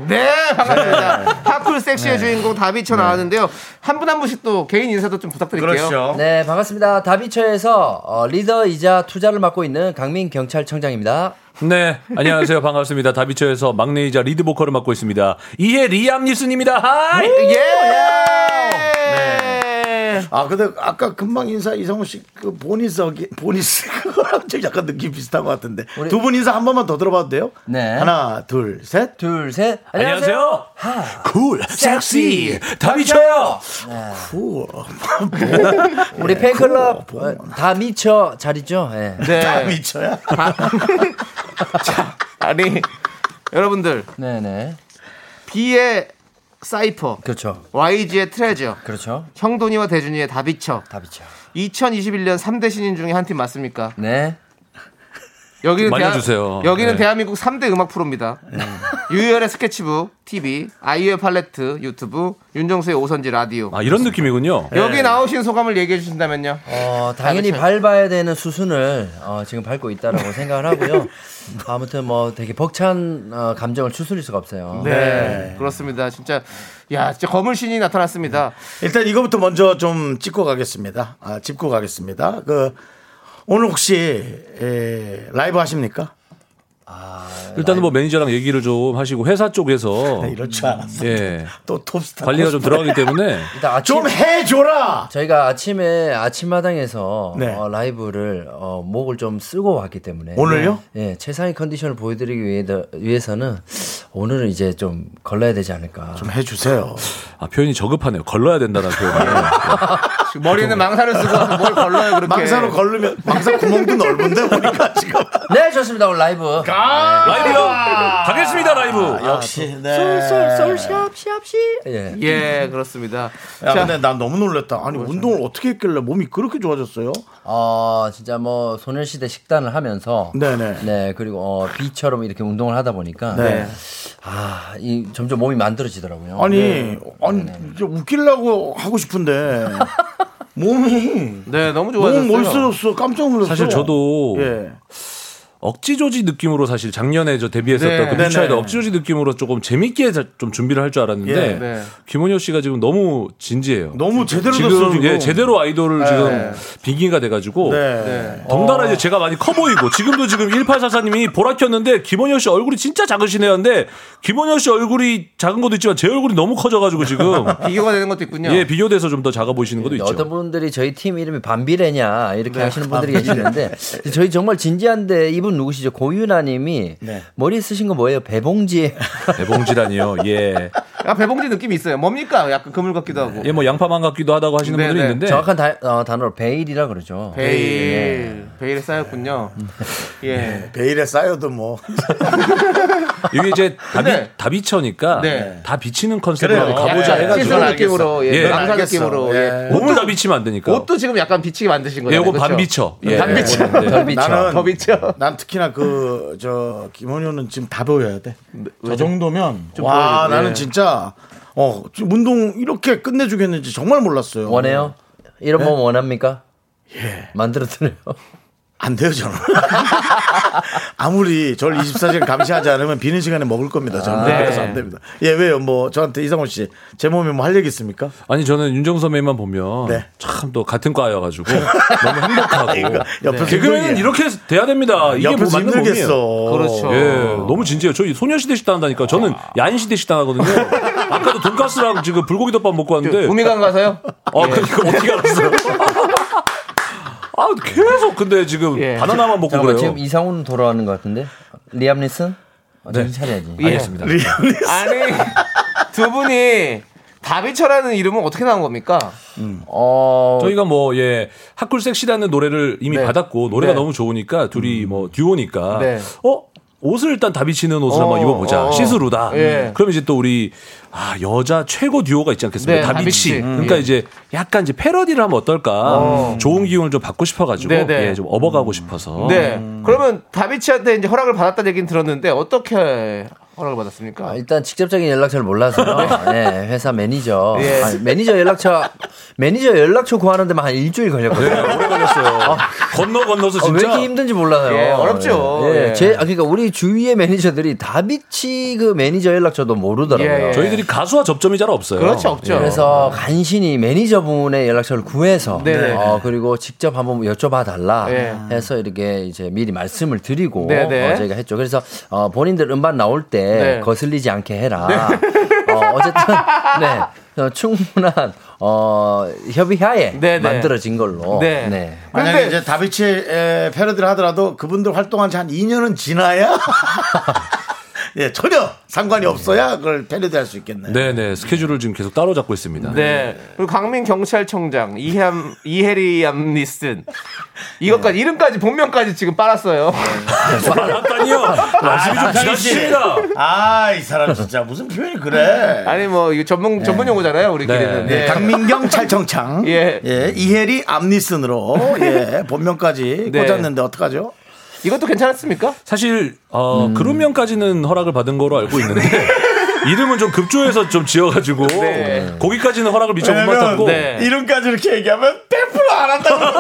네 반갑습니다 팝쿨
네.
섹시의 주인공 다비 처 나왔는데요 한 분 한 분씩 또 개인 인사도 좀 부탁드릴게요
그렇죠
네 반갑습니다 다비처에서 어, 리더이자 투자를 맡고 있는 강민 경찰청장입니다
네, 안녕하세요. 반갑습니다. 다비초에서 막내이자 리드 보컬을 맡고 있습니다. 이해 리암 니스입니다. 하이.
예
아 근데 아까 금방 인사 이성우 씨그 보니스기 *laughs* 보니스 그거랑 좀 약간 느낌 비슷한 것 같은데
우리-
두 분 인사 한 번만 더 들어봐도 돼요?
네.
하나 둘 셋.
둘셋
안녕하세요. 쿨, 섹시.
섹시.
다비초예요.
우
우리 팬클럽 어, 다미처 자리죠 예.
다
네.
미쳐야.
자, 아니 여러분들
네네
B의 사이퍼
그렇죠
YG의 트레저
그렇죠
형돈이와 대준이의 다비처
다비처
2021년 3대 신인 중에 한 팀 맞습니까?
네
여기는
많이
대한-
해주세요.
여기는
네.
대한민국 3대 음악 프로입니다. 유열의 스케치북, TV, 아이유의 팔레트, 유튜브, 윤정수의 오선지 라디오.
아, 이런 느낌이군요.
네,
여기 나오신 소감을 얘기해 주신다면요. 네.
어, 당연히 밟아야 되는 수순을 어, 지금 밟고 있다라고
*laughs*
생각을 하고요. 아무튼 뭐 되게 벅찬 어, 감정을 추스릴 수가 없어요.
네. 그렇습니다. 진짜 야, 진짜 거물 신이 나타났습니다.
일단 이거부터 먼저 좀 찍고 가겠습니다. 아 짚고 가겠습니다. 그 오늘 혹시 에, 라이브 하십니까?
일단은 뭐 매니저랑 얘기를 좀 하시고 회사 쪽에서
네, 이럴 줄 알았어.
예.
또 톱스타.
관리가 좀 들어가기 때문에
일단 아침
좀 해줘라.
저희가 아침에 아침마당에서
네.
어, 라이브를 어, 목을 좀 쓰고 왔기 때문에
오늘요?
예, 최상의 컨디션을 보여드리기 위해, 위해서는 오늘은 이제 좀 걸러야 되지 않을까.
좀 해주세요.
아, 표현이 저급하네요. 걸러야 된다는 표현이.
아,
지금 머리는 망사를 쓰고 와서 뭘 걸러요 그렇게.
망사로 걸르면 망사 구멍도 넓은데 보니까 지금.
네, 좋습니다. 오늘 라이브.
라이브요. 가겠습니다,
아,
라이브.
역시 네.
예.
예, 그렇습니다.
야,
자,
근데 난 너무 놀랐다. 아니 운동을 어떻게 했길래 몸이 그렇게 좋아졌어요?
어, 진짜 뭐 소녀시대 식단을 하면서
네네.
네, 그리고 어, 비처럼 이렇게 운동을 하다 보니까
네.
아, 이 점점 몸이 만들어지더라고요.
아니, 아니 진짜 웃기려고 하고 싶은데 몸이
네, 너무 좋아졌어요.
너무 멋있어졌어. 깜짝 놀랐어.
사실 저도
예.
억지 조지 느낌으로 사실 작년에 저 데뷔했었던
네.
그 미쳐에도
네네.
억지 조지 느낌으로 조금 재밌게 자- 좀 준비를 할 줄 알았는데
예.
네.
김원효 씨가 지금 너무 진지해요.
너무 제대로 됐어
지금
지금.
예, 제대로 아이돌을 지금 빙기가 돼가지고
네.
덩달아
어.
이제 제가 많이 커 보이고 지금도 지금 1844님이 보라 켰는데 김원효 씨 얼굴이 진짜 작으시네요. 근데 김원효 씨 얼굴이 작은 것도 있지만 제 얼굴이 너무 커져가지고 지금
비교가 되는 것도 있군요. 예, 뭐.
예 비교돼서 좀 더 작아 보이시는 것도
근데
있죠.
그렇죠.
어떤 분들이 저희 팀 이름이 밤비레냐 이렇게
네,
하시는 분들이 계시는데 저희 정말 진지한데 이분 누구시죠? 고윤아님이
네.
머리 쓰신 거
*laughs*
뭐예요? 배봉지.
대봉지라니요. 예.
아, 배봉지 느낌이 있어요. 뭡니까? 약간 그물 같기도 하고.
예, 뭐 양파만 같기도 하다고 하시는
네,
분들이
네.
있는데
*laughs* 정확한 다- 어, 단어로 베일이라 그러죠.
베일,
예.
베일에 쌓였군요. 예.
베일에 쌓여도 뭐
이게 이제 다비,
근데-
다비처니까
네.
다 비치는 컨셉으로
그래요.
한번 가보자
예, 예.
해가지고
시선 느낌으로, 예.
예.
망사
알겠어.
느낌으로. 예.
몸을 다 비치면 안 되니까.
옷도 지금 약간 비치게 만드신
예,
거예요.
요거 반비처. 예.
반비처.
네.
덜비처.
나는
더 비쳐.
난 특히나 그 저 김원효는 지금 다 보여야 돼.
네,
저 정도면 와
보여야 돼.
나는
예.
진짜 어 지금 운동 이렇게 끝내주겠는지 정말 몰랐어요.
뭐
네?
원해요? *laughs* 이런 몸 원합니까? 예. 만들어 드려요.
안 돼요, 저는. *laughs* 아무리 저를 24시간 감시하지 않으면 비는 시간에 먹을 겁니다,
아,
저는.
네.
그래서 안 됩니다. 예, 왜요? 뭐, 저한테 이상호 씨, 제 몸에 뭐 할 얘기 있습니까?
아니 저는 윤정 선배만 보면
네.
참 또 같은 과여가지고 *laughs* 너무 행복하고
옆에서
네. 개그맨은
힘들게.
이렇게 돼야 됩니다. 이게 뭐
옆에서
맞는 몸이에요.
힘들겠어.
그렇죠.
예, 너무 진지해요. 저희 소녀시대식 당한다니까 저는 야인시대식 당하거든요. 아까도 돈가스랑 지금 불고기덮밥 먹고 왔는데
구미관 가서요?
아, 그러니까 어떻게 알았어요? 아, 계속 근데 지금
예.
바나나만 먹고
잠깐만,
그래요.
지금 이상훈 돌아가는 것 같은데 리암 리슨 어,
네.
정신 차려야지.
알겠습니다.
예. 아니 두 분이 다비처라는 이름은 어떻게 나온 겁니까?
어,
음. 저희가 뭐, 예, 학굴 섹시라는 노래를 이미
네.
받았고, 노래가
네.
너무 좋으니까, 둘이 뭐, 듀오니까,
네.
어? 옷을 일단 다비치는 옷을
어,
한번 입어보자.
어.
시스루다.
예.
그럼 이제 또 우리, 아, 여자 최고 듀오가 있지 않겠습니까?
네,
다비치.
다비치. 음.
그러니까
예.
이제 약간 이제 패러디를 하면 어떨까.
어.
좋은 기운을 좀 받고 싶어가지고,
네, 네.
예, 좀 업어가고 싶어서.
네.
음.
그러면 다비치한테 이제 허락을 받았다는 얘기는 들었는데 어떻게 허락을 받았습니까?
아, 일단 직접적인 연락처를
*laughs*
몰라서요. 네, 회사 매니저.
예.
아니, 매니저 연락처, 매니저 연락처 구하는 데만 한 일주일 걸렸거든요.
예.
오래 걸렸어요. 아, 건너 건너서
어, 왜
진짜.
이렇게 힘든지 몰라요.
예, 어렵죠.
예.
예.
제, 아, 그러니까 우리 주위의 매니저들이 다비치 그 매니저 연락처도 모르더라고요.
예, 예.
저희들이 가수와 접점이 잘 없어요.
그렇지 없죠.
그래서 간신히 매니저분의 연락처를 구해서
네네.
어, 그리고 직접 한번 여쭤봐 달라
예.
해서 이렇게 이제 미리 말씀을 드리고
네네.
어, 저희가 했죠. 그래서 어, 본인들 음반 나올 때
네.
거슬리지 않게 해라. 어, 쨌든 *laughs* 네 어, 충분한 어, 협의하에
네네.
만들어진 걸로.
네.
네.
만약에
근데-
이제 다비치의 패러디를 하더라도 그분들 활동한 지 한 2년은 지나야 *laughs* 예, 전혀
네.
상관이 없어야 그걸 패러디 할 수 있겠네요.
네네 스케줄을 지금 계속 따로 잡고 있습니다.
네. 그리고 강민 경찰청장 이함 이혜리 암리슨 이것까지 이름까지 본명까지 지금 빨았어요.
아니요 네, 말씀이 좀 지나치십니다.
아, 이 사람 진짜 무슨 표현이 그래.
*laughs* 아니 뭐 이거 전문 전문 용어잖아요 우리끼리는.
네,
네.
강민경 찰청창.
예.
예. 이혜리 암니슨으로 예, 본명까지
네.
꽂았는데 어떡하죠?
이것도 괜찮았습니까?
사실 어, 그룹명까지는 허락을 받은 거로 알고 있는데 이름은 좀 급조해서 좀 지어가지고
네.
거기까지는 허락을 미처 못 받았고
네.
이름까지 이렇게 얘기하면 100%안 한다고.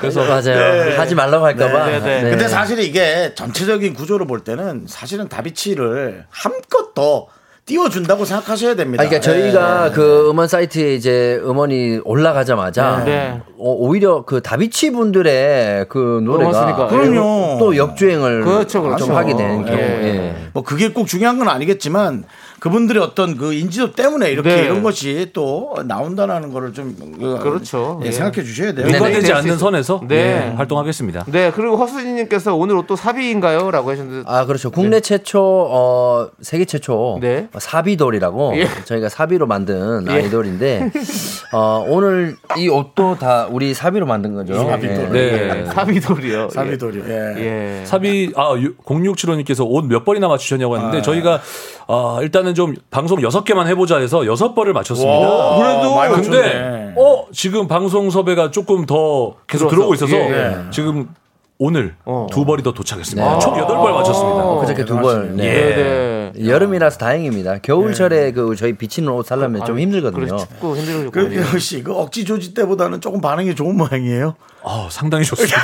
그래서 맞아요. 하지 말라고 할까봐.
네, 네, 네.
근데 사실 이게 전체적인 구조로 볼 때는 사실은 다비치를 한껏 더 띄워준다고 생각하셔야 됩니다. 네.
아,
네,
그러니까 저희가 그 음원 사이트에 이제 음원이 올라가자마자
네.
어, 오히려 그 다비치 분들의 그
고맙습니까?
노래가
그럼요.
또 역주행을
그렇죠, 그렇죠.
좀 하게 되는 경우.
예.
예.
뭐 그게 꼭 중요한 건 아니겠지만 그분들의 어떤 그 인지도 때문에 이렇게
네.
이런 것이 또 나온다라는 거를 좀 그,
그렇죠.
예,
예.
생각해 주셔야 돼요.
네,
연관되지
네.
않는 선에서
네.
예, 활동하겠습니다.
네. 그리고 허수진님께서 오늘 옷도 사비인가요?라고 하셨는데
아, 그렇죠. 국내 최초, 어, 세계 최초,
네.
사비돌이라고
예.
저희가 사비로 만든 아이돌인데, 어, 오늘 이 옷도 다 우리 사비로 만든 거죠.
사비돌.
예.
네.
사비돌이요. 예.
사비돌이요. 예.
예.
사비 아 0675님께서 옷 몇 벌이나 맞추셨냐고 했는데 저희가 아, 일단은 좀 방송 여섯 개만 해보자 해서 여섯 벌을 맞췄습니다.
와,
그래도
많이
근데
맞췄네.
어 지금 방송 섭외가 조금 더 계속 들어오고 있어서
예,
지금 오늘 두 벌이 더 도착했습니다.
네.
총 여덟 벌 맞췄습니다.
그저께 두 벌. 네.
예.
네.
여름이라서 다행입니다. 겨울철에 그 저희 비치는 옷 살려면 좀 힘들거든요.
예. 아, 그래 춥고 힘들고.
그 *laughs* 역시 그 억지 조지 때보다는 조금 반응이 좋은 모양이에요.
아 상당히
*laughs*
좋습니다.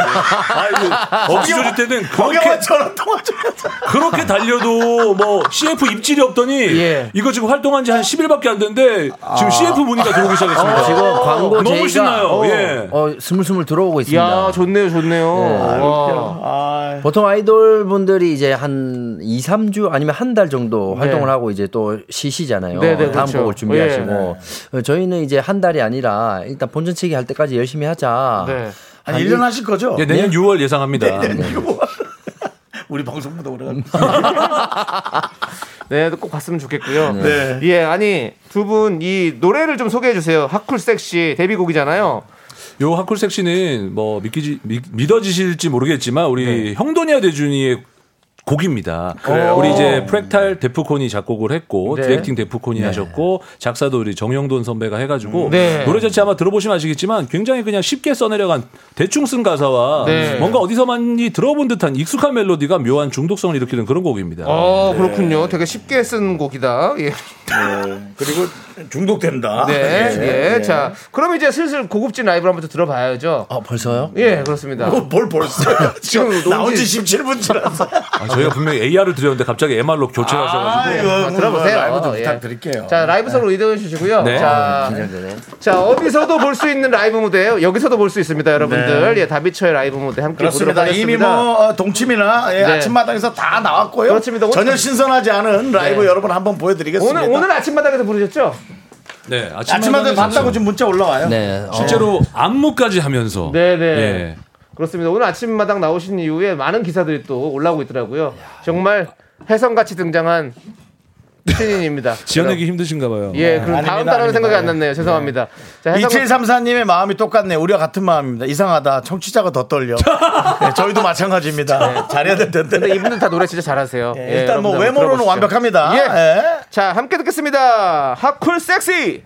아이고 억지조지 때는 그렇게
경영한 전화 통화 좀 하자.
그렇게 달려도 뭐 CF 입질이 없더니
예.
이거 지금 활동한 지 한 10일밖에 안 됐는데 지금 CF 문의가 들어오기 시작했습니다.
지금 광고
너무
제의가-
신나요.
어,
예.
어, 스물스물 들어오고 있습니다.
야 좋네요 좋네요. 와.
아,
보통 아이돌 분들이 이제 한 2, 3주 아니면 한 달 정도 활동을 하고 이제 또 쉬시잖아요.
네, 네,
다음
그렇죠. 예.
곡을 준비하시고. 어, 저희는 이제 한 달이 아니라 일단 본전치기 할 때까지 열심히 하자.
네.
한 1년 하실 거죠?
예, 네, 내년 6월 예상합니다.
이거 뭐 하는- 우리 방송보다 오래 간
네, 꼭 봤으면 좋겠고요.
네.
예, 아니 두 분 이 노래를 좀 소개해 주세요. 핫쿨 섹시 데뷔곡이잖아요.
요 하쿨 섹시는 뭐 믿기지 믿, 믿어지실지 모르겠지만 우리 형도니아 대준이의 곡입니다. 우리 이제 프랙탈 데프콘이 작곡을 했고
네.
디렉팅 데프콘이 하셨고 작사도 우리 정영돈 선배가 해가지고
네.
노래 자체 아마 들어보시면 아시겠지만 굉장히 그냥 쉽게 써내려간 대충 쓴 가사와
네.
뭔가 어디서 많이 들어본 듯한 익숙한 멜로디가 묘한 중독성을
아,
일으키는 그런 곡입니다.
어, 그렇군요. 되게 쉽게 쓴 곡이다. 예.
그리고 중독된다.
네,
예,
예,
예.
자, 그럼 이제 슬슬 고급진 라이브를 한번 더 들어봐야죠.
아, 벌써요?
예, 그렇습니다.
*laughs* 어, 뭘 벌써 지금
지금
나온 지
너무
17분 지났어.
아, 저희가 분명히 AR을 드렸는데 갑자기 MR로 교체하셔가지고.
이거
뭐,
들어보세요.
라이브 좀
예.
부탁드릴게요.
자, 라이브석으로 이동해 주시고요.
네.
자, 자, 어디서도 볼 수 있는 라이브 무대예요. 여기서도 볼 수 있습니다, 여러분들. 예, 다비처의 라이브 무대 함께
그렇습니다.
보도록 하겠습니다.
이미 뭐 어, 동침이나 예,
네.
아침마당에서 다 나왔고요.
그렇습니다. 오늘-
전혀 신선하지 않은 라이브
네.
여러분 한번 보여드리겠습니다.
오늘 오늘 아침마당에서 부르셨죠?
네,
아침마당 봤다고 지금 문자 올라와요.
네. 어,
실제로 안무까지 하면서.
네, 네.
예.
그렇습니다. 오늘 아침마당 나오신 이후에 많은 기사들이 또 올라오고 있더라고요. 정말 해성같이 등장한 신인입니다.
*laughs* 지어내기 힘드신가 봐요. 네.
예, 그럼
아닙니다,
다음 단어는 생각이
아닙니다.
안 났네요. 죄송합니다. 자, 해성
2734님의 네. 마음이 똑같네. 우리와 같은 마음입니다. 이상하다. 청취자가 더
*laughs*
떨려. 네, 저희도 마찬가지입니다. 잘해야 될 텐데.
네. 근데 이분들 다 노래 진짜 잘하세요.
예,
예,
일단 뭐
여러분들 한번
외모로는
들어보시죠.
완벽합니다.
예.
예.
자, 함께 듣겠습니다. 핫쿨 섹시.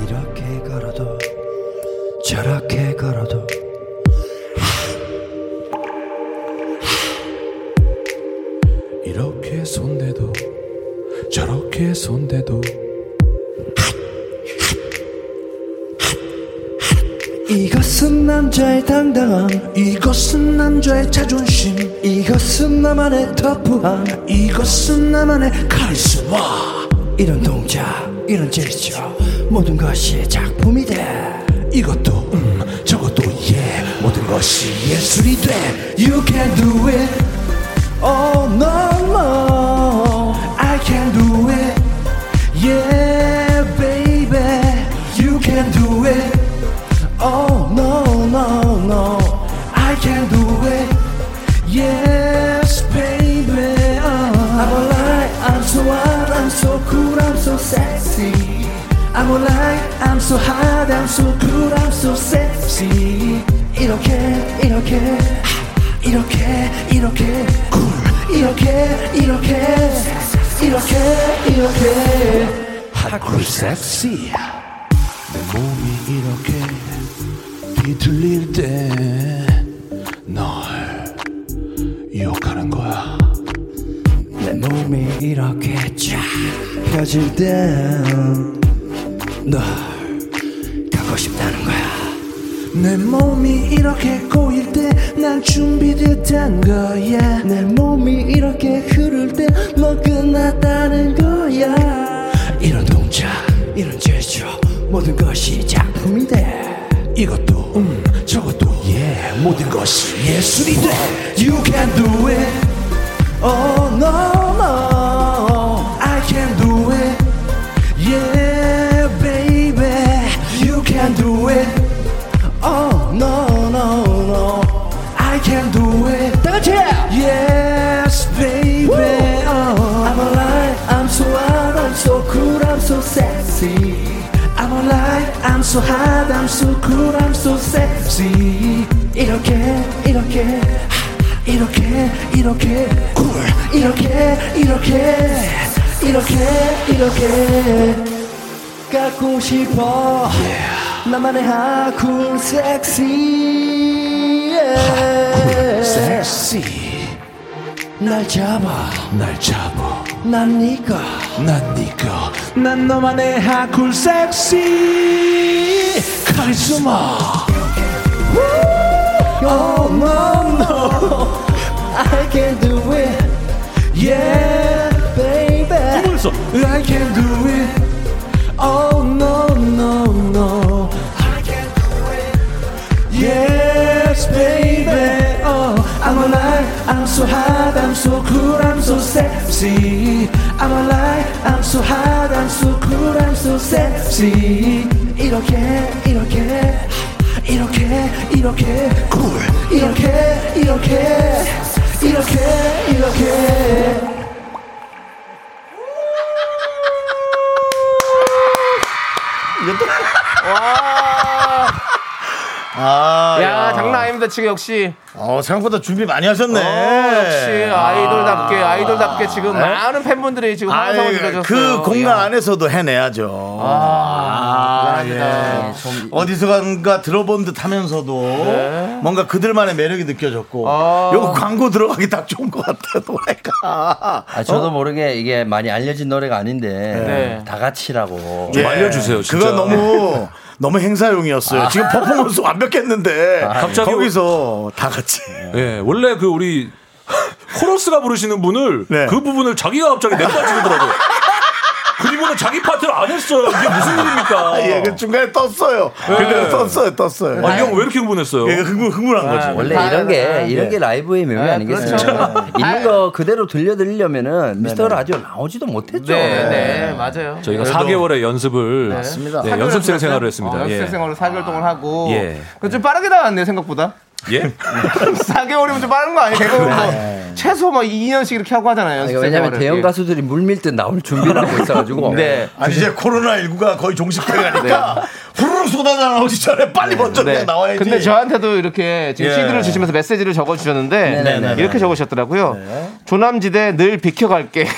이렇게 걸어도 저렇게 걸어도 이렇게 손대도 저렇게 손대도 이것은 남자의 당당함 이것은 남자의 자존심 이것은 나만의 터프함 이것은 나만의 카리스마 이런 동작 이런 제스처 모든 것이 작품이 돼 이것도 음 저것도 예 모든 것이 예술이 돼 You can do it Oh no no I can do it Yeah baby You can do it Oh no no no I can do it Yes baby uh. I'm alive I'm so wild I'm so cool I'm so sexy I'm alive I'm so hot I'm so cool I'm so sexy 이렇게 이렇게 이렇게 이렇게 cool 이렇게 이렇게 이렇게 이렇게 hot cool sexy 내 몸이 이렇게 뒤틀릴 때 널 유혹하는 거야 내 몸이 이렇게 쫙 펴질 때널 가고 싶다는 거야 내 몸이 이렇게 꼬일 때 난 준비됐단 거야 내 몸이 이렇게 흐를 때 너 끝났다는 거야 이런 동작 이런 제스처 모든 것이 작품이 돼 이것도 음 저것도 예 모든 것이 예술이 돼 You can do it Oh no no I can do it Yeah baby You can do it Oh no no no I can do it 다 같이 Yes baby oh. I'm alive I'm so hot I'm so cool I'm so sexy I'm alive I'm so hot I'm so cool I'm so sexy 이렇게 이렇게 하, 이렇게 이렇게 cool 이렇게 이렇게 이렇게 이렇게 갖고 싶어 나만의 하쿨 섹시 섹시 날 잡아 날 잡아 난 니가 난 니가 난 너만의 하쿨 섹시 카리스마 Oh no no I can do it Yeah baby I can do it Oh no no no I can do it Yes baby Oh I'm alive I'm so hot I'm so cool I'm so sexy I'm alive I'm so hot I'm so cool I'm so sexy 이렇게 이렇게 이렇게 이렇게 cool 이렇게 이렇게 이렇게 이렇게
아,
야, 장난 아닙니다. 남자친구 역시
어, 생각보다 준비 많이 하셨네.
어, 역시 아이돌답게
예. 아.
아이돌답게 지금
네?
많은 팬분들이 지금 환상을
아이,
느껴줬어요. 예.
그 공간
야.
안에서도 해내야죠. 아, 예. 어디서가 들어본 듯 하면서도 뭔가 그들만의 매력이 느껴졌고,
네. 아.
요거 광고 들어가기 딱 좋은 것 같아요, 노래가.
아, 저도 모르게 이게 많이 알려진 노래가 아닌데
어? 네.
다 같이라고.
예.
알려주세요, 진짜. 네. 아.
그거 너무, 너무 행사용이었어요. 지금 퍼포먼스 완벽했는데,
갑자기
거기서 다 같이.
예, 원래 그 우리 *laughs* 코러스가 부르시는 분을
네.
그 부분을 자기가 갑자기 내빠지더라고요. 그리고는 자기 파트를 안 했어요. 이게 무슨 일입니까?
예, 그 중간에 떴어요. 그대로 떴어요, 떴어요.
아, 이 형 왜 이렇게 흥분했어요?
예, 흥분, 흥분한 거지.
원래
다
이런 게
알아요.
이런
예.
게 라이브의 묘미
아,
아, 니겠어요
그렇죠.
*laughs* 있는 거 그대로 들려드리려면은 미스터 라디오 나오지도 못했죠.
네, 네, 맞아요.
저희가 4개월의 연습을 네,
사교를
연습생
했어요?
생활을 했습니다.
어,
예.
연습생 생활로 4개월 을 하고.
예.
그좀 빠르게 나왔네요, 생각보다. *laughs*
예? 네.
4개월이면 좀 빠른 거 아니에요? 대부분 뭐 최소 막 2년씩 이렇게 하고 하잖아요.
아니,
연습생
왜냐면
생활을.
대형
예.
가수들이 물밀듯 나올 준비를 하고
*laughs*
있어가지고.
네.
아, 이제 코로나19가 거의 종식돼가니까 후루룩 쏟아져 나오기 전에 빨리 먼저 그냥 네, 나와야지.
네, 근데 저한테도 이렇게 지금
예.
CD를 주시면서 메시지를 적어 주셨는데
네네네.
이렇게 적으셨더라고요. 조남지대
*laughs*
늘 비켜갈게.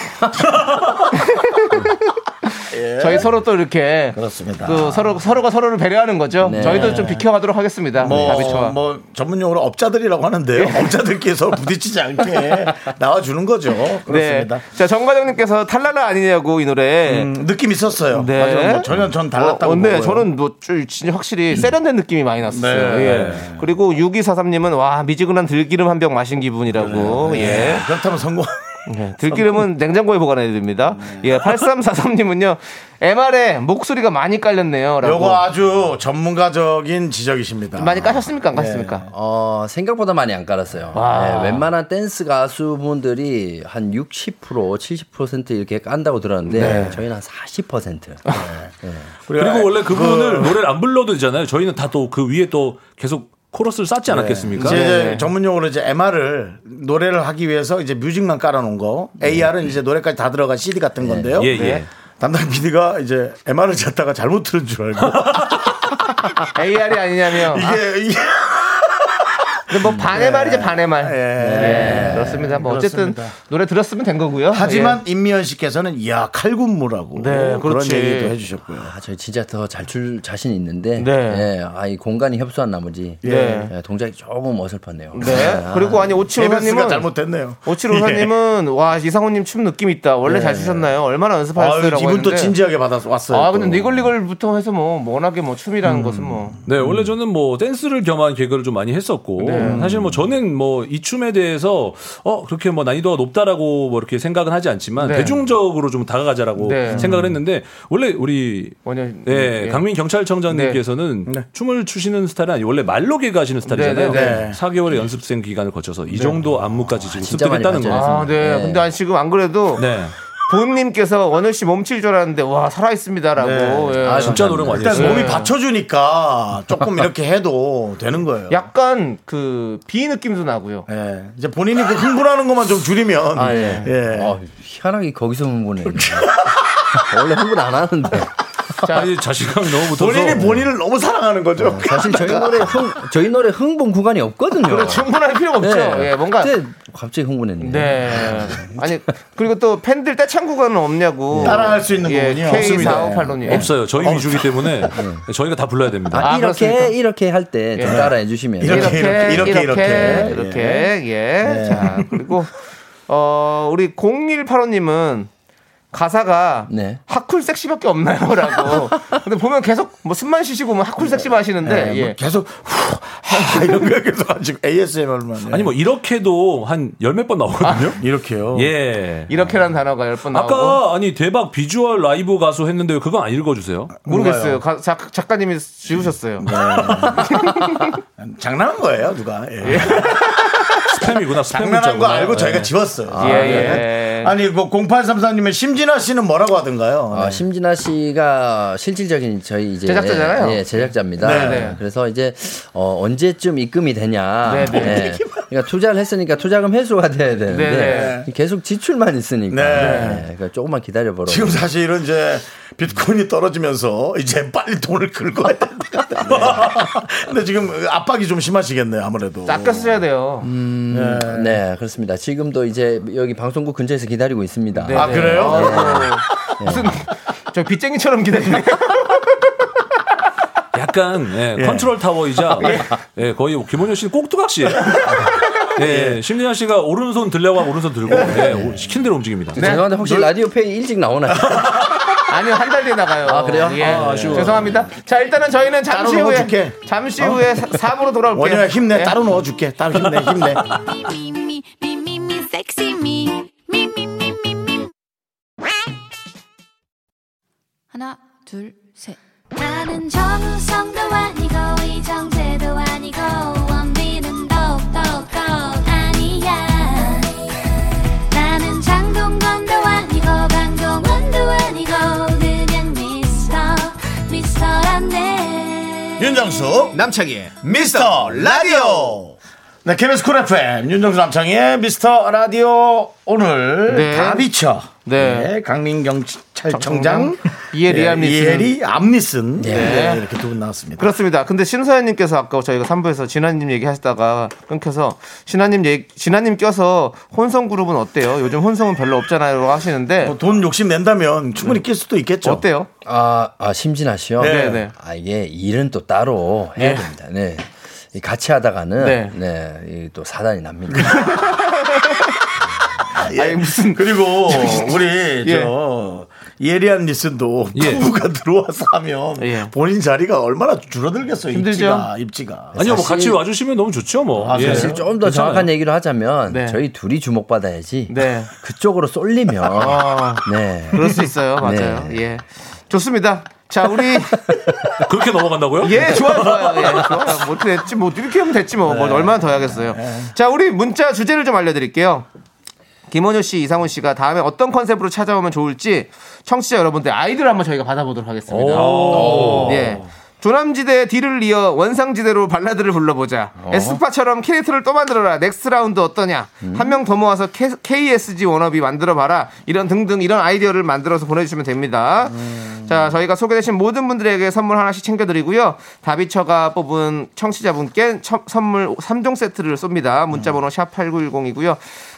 예.
저희 서로 또 이렇게
그렇습니다.
그 서로 서로가 서로를 배려하는 거죠.
네.
저희도 좀 비켜가도록 하겠습니다.
뭐,
다비처와.
뭐 전문용어로 업자들이라고 하는데요.
네.
업자들끼리 서로 부딪히지
*laughs*
않게 나와주는 거죠. 그렇습니다.
네. 자 정과장님께서 탈랄라 아니냐고 이 노래.
음, 느낌 있었어요.
네.
맞아요. 뭐 전혀 전 달랐다고.
어, 네,
보고요. 음.
저는 뭐, 쭈- 진짜 확실히 세련된 느낌이 많이 났어요.
네.
예. 그리고 6243님은, 와, 미지근한 들기름 한 병 마신 기분이라고.
네,
예.
그렇다면 성공.
네, 들기름은 냉장고에 보관해야 됩니다.
음.
예, 8343님은요, MR에 목소리가 많이 깔렸네요. 라고.
요거 아주 전문가적인 지적이십니다.
많이
아,
까셨습니까? 안 까셨습니까?
어, 생각보다 많이 안 깔았어요.
와.
네, 웬만한 댄스 가수분들이 한 60%, 70% 이렇게 깐다고 들었는데
네.
저희는 한 40%.
그리고 원래 그 부분을 노래를 안 불러도 되잖아요. 저희는 다 또 그 위에 또 계속 코러스를 쌓지 않았겠습니까?
네. 이제 전문용어로 이제 MR을 노래를 하기 위해서 이제 뮤직만 깔아놓은 거, AR은 이제 노래까지 다 들어간 CD 같은 건데요. 네.
예, 예.
담당 PD가 이제 MR을 찾다가 잘못 들은 줄 알고 네.
AR이 아니냐며. 아,
이게 이게
근데 뭐,
네.
반의 말이죠, 반의 말.
예.
네, 그렇습니다. 뭐, 어쨌든, 노래 들었으면 된 거고요.
하지만 임미연 씨께서는 이야 칼군무라고
네,
그런
그렇지.
얘기도 해주셨고요.
아, 저희 진짜 더 잘 출 자신 있는데.
네.
네. 아, 이 공간이 협소한 나머지.
네.
네, 동작이 조금 어설펐네요.
예. 네. 그리고 아니,
KBS가
오치호님은.
잘못됐네요.
오칠오사님은 와 이상호님 춤 느낌 있다. 원래 잘 추셨나요? 얼마나
아,
연습하셨어요?
이분 또 진지하게 받아서 왔어요.
아 근데
또.
니걸니걸부터 해서 뭐 워낙에 뭐 춤이라는 것은 뭐
네, 원래 저는 뭐 댄스를 겸한 개그를 좀 많이 했었고
네.
사실 뭐 저는 뭐 이 춤에 대해서 어 그렇게 뭐 난이도가 높다라고 뭐 이렇게 생각은 하지 않지만
네.
대중적으로 좀 다가가자라고
네.
생각을 했는데 원래 우리
원년
네,
예.
강민 경찰청장님께서는 춤을 추시는 스타일은 아니고 원래 말로 개그하시는 스타일이잖아요.
네, 네, 네.
4개월의 연습생 기간을 거쳐서 이 정도 안무까지 지금
진짜 많이
습득했다는
맞아요.
거.
아, 네.
네.
근데 아니, 지금 안 그래도
네.
보은님께서 원우 씨 몸칠 줄 알았는데 와 살아 있습니다라고. 예.
아,
진짜 노력 많이
일단
했어요.
몸이 받쳐주니까 조금 이렇게 해도 되는 거예요.
약간 그 비 느낌도 나고요.
예. 이제 본인이 그 흥분하는 것만 좀 줄이면
아, 예.
예.
어, 희한하게 거기서 흥분해. *laughs* 원래 흥분 안 하는데.
아니, 자신감이 너무 붙어서
본인이 본인을 너무 사랑하는 거죠.
사실 저희 노래 흥, 저희 노래 흥분 구간이 없거든요.
충분할 필요가 없죠.
네.
예, 뭔가
그때 갑자기 그렇죠. 흥분했네.
네. 아니 그리고 또 팬들 떼창 구간은 없냐고.
따라할 수 있는
예,
부분이요?
K
없습니다.
4 5 8 5님
없어요. 저희 위주기 때문에 저희가 다 불러야 됩니다.
아,
아,
이렇게
그렇습니까?
이렇게 할 때 좀
예.
따라해 주시면
이렇게,
이렇게
이렇게,
이렇게 이렇게
이렇게.
이렇게, 예. 자 그리고 어 우리 0185님은 가사가
네.
하쿨 섹시밖에 없나요라고. *laughs* 근데 보면 계속 뭐 숨만 쉬시고 뭐 하쿨 섹시 마시는데
예.
예.
계속 후, 하, 이런 거 계속 아직 ASMR만.
아니 뭐 이렇게도 한 열 몇 번 나오거든요.
아. 이렇게요.
예. 그러니까
이렇게라는 단어가 열 번 나오고.
아까 아니 대박 비주얼 라이브 가수 했는데 왜 그건 안 읽어주세요.
모르겠어요. 가- 작, 작가님이 지우셨어요.
네.
예,
장난한 거예요, 누가? 예.
스팸이구나. 스팸
장난한 거
문자구나.
알고
예.
저희가 지웠어요.
예,
네.
예.
아니 뭐 0833님의 심진아 씨는 뭐라고 하던가요?
아,
네.
심진아 씨가 실질적인 저희 이제
제작자잖아요.
예, 제작자입니다.
네, 네.
그래서 이제 어, 언제쯤 입금이 되냐.
네, 네.
예. 그러니까 투자를 했으니까 투자금 회수가 돼야 되는데
네네.
계속 지출만 있으니까
네.
네, 그러니까 조금만 기다려보라고.
지금 사실은 이제 비트코인이 떨어지면서 이제 빨리 돈을 긁어야 된다. 근데 지금 압박이 좀 심하시겠네요, 아무래도.
아껴 쓰셔야 돼요.
음.
네, 그렇습니다. 지금도 이제 여기 방송국 근처에서 기다리고 있습니다.
네.
아, 그래요?
무슨 저
*laughs*
빚쟁이처럼 기다리네.
약간 예, 컨트롤 타워이자 예, 거의 김원효 씨는 꼭두각시예요. 예, 심진아 씨가 오른손 들려고 하면 오른손 들고 예, 오- 시킨 대로 움직입니다.
죄송한데 혹시 라디오 페이 일찍 나오나요?
*laughs* 아니요 한 달 뒤에 나가요.
아, 그래요?
예.
아,
아쉬워.
죄송합니다. 자 일단은 저희는 잠시
따로
후에
넣어줄게.
잠시 후에 3부로 돌아올게요.
원효야 힘내.
예.
따로 넣어줄게. 따로 힘내, 힘내.
me, me, me, me, me, sexy me. Me, me, me, me, me.
하나, 둘, 셋.
나는 정우성도 아니고 이정재도 아니고 원빈은 더욱더 아니야 나는 장동건도 아니고 강동원도 아니고 그냥 미스터 미스터란데
윤정수,
남창희의
미스터 라디오. 네, KBS 쿨 FM, 윤정수 남창희의 미스터 라디오. 오늘
네.
다 비춰.
네.
강민경찰청장.
예,
네,
이혜리 암리슨.
이혜리 암리슨. 네.
네.
이렇게 두 분 나왔습니다.
그렇습니다. 근데 신서연님께서 아까 저희가 3부에서 진아님 얘기하시다가 끊겨서 신아님 얘기, 진아님 껴서 혼성 그룹은 어때요? 요즘 혼성은 별로 없잖아요. 하시는데
뭐돈 욕심 낸다면 충분히 낄 수도 있겠죠.
네. 어때요?
아, 아 심진아 씨요?
네, 네.
아, 이게 일은 또 따로 해야 됩니다. 네. 이 같이 하다가는
네.
네, 이또 사단이 납니다.
아니 무슨 *laughs*
그리고 우리
예.
저 예리한 리슨도
예.
부부가 들어와서 하면
예.
본인 자리가 얼마나 줄어들겠어요.
힘들죠?
입지가 입지가.
아니요, 뭐
사실-
같이 와주시면 너무 좋죠, 뭐.
아,
예.
사실
좀 더 정확한 얘기를 하자면
네.
저희 둘이 주목받아야지.
네.
그쪽으로 쏠리면
*laughs* 아,
네.
그럴 수 있어요. 맞아요.
네.
예. 좋습니다. 자, 우리
*laughs* 그렇게 넘어간다고요?
예, 좋아요, 좋아요. 예, 좋아요. 뭐 어떻게 됐지, 뭐 이렇게 하면 됐지 뭐, 뭐 얼마나 더 해야겠어요. 자, 우리 문자 주제를 좀 알려드릴게요. 김원효 씨, 이상훈 씨가 다음에 어떤 컨셉으로 찾아오면 좋을지 청취자 여러분들 아이디를 한번 저희가 받아보도록 하겠습니다. 예. 조남지대 뒤를 이어 원상지대로 발라드를 불러보자. 에스파처럼 캐릭터를 또 만들어라. 넥스트 라운드 어떠냐. 한 명 더 모아서 K, KSG 워너비 만들어봐라. 이런 등등 이런 아이디어를 만들어서 보내주시면 됩니다. 자, 저희가 소개되신 모든 분들에게 선물 하나씩 챙겨드리고요. 다비처가 뽑은 청취자분께 첨- 선물 3종 세트를 쏩니다. 문자번호 샵8910이고요.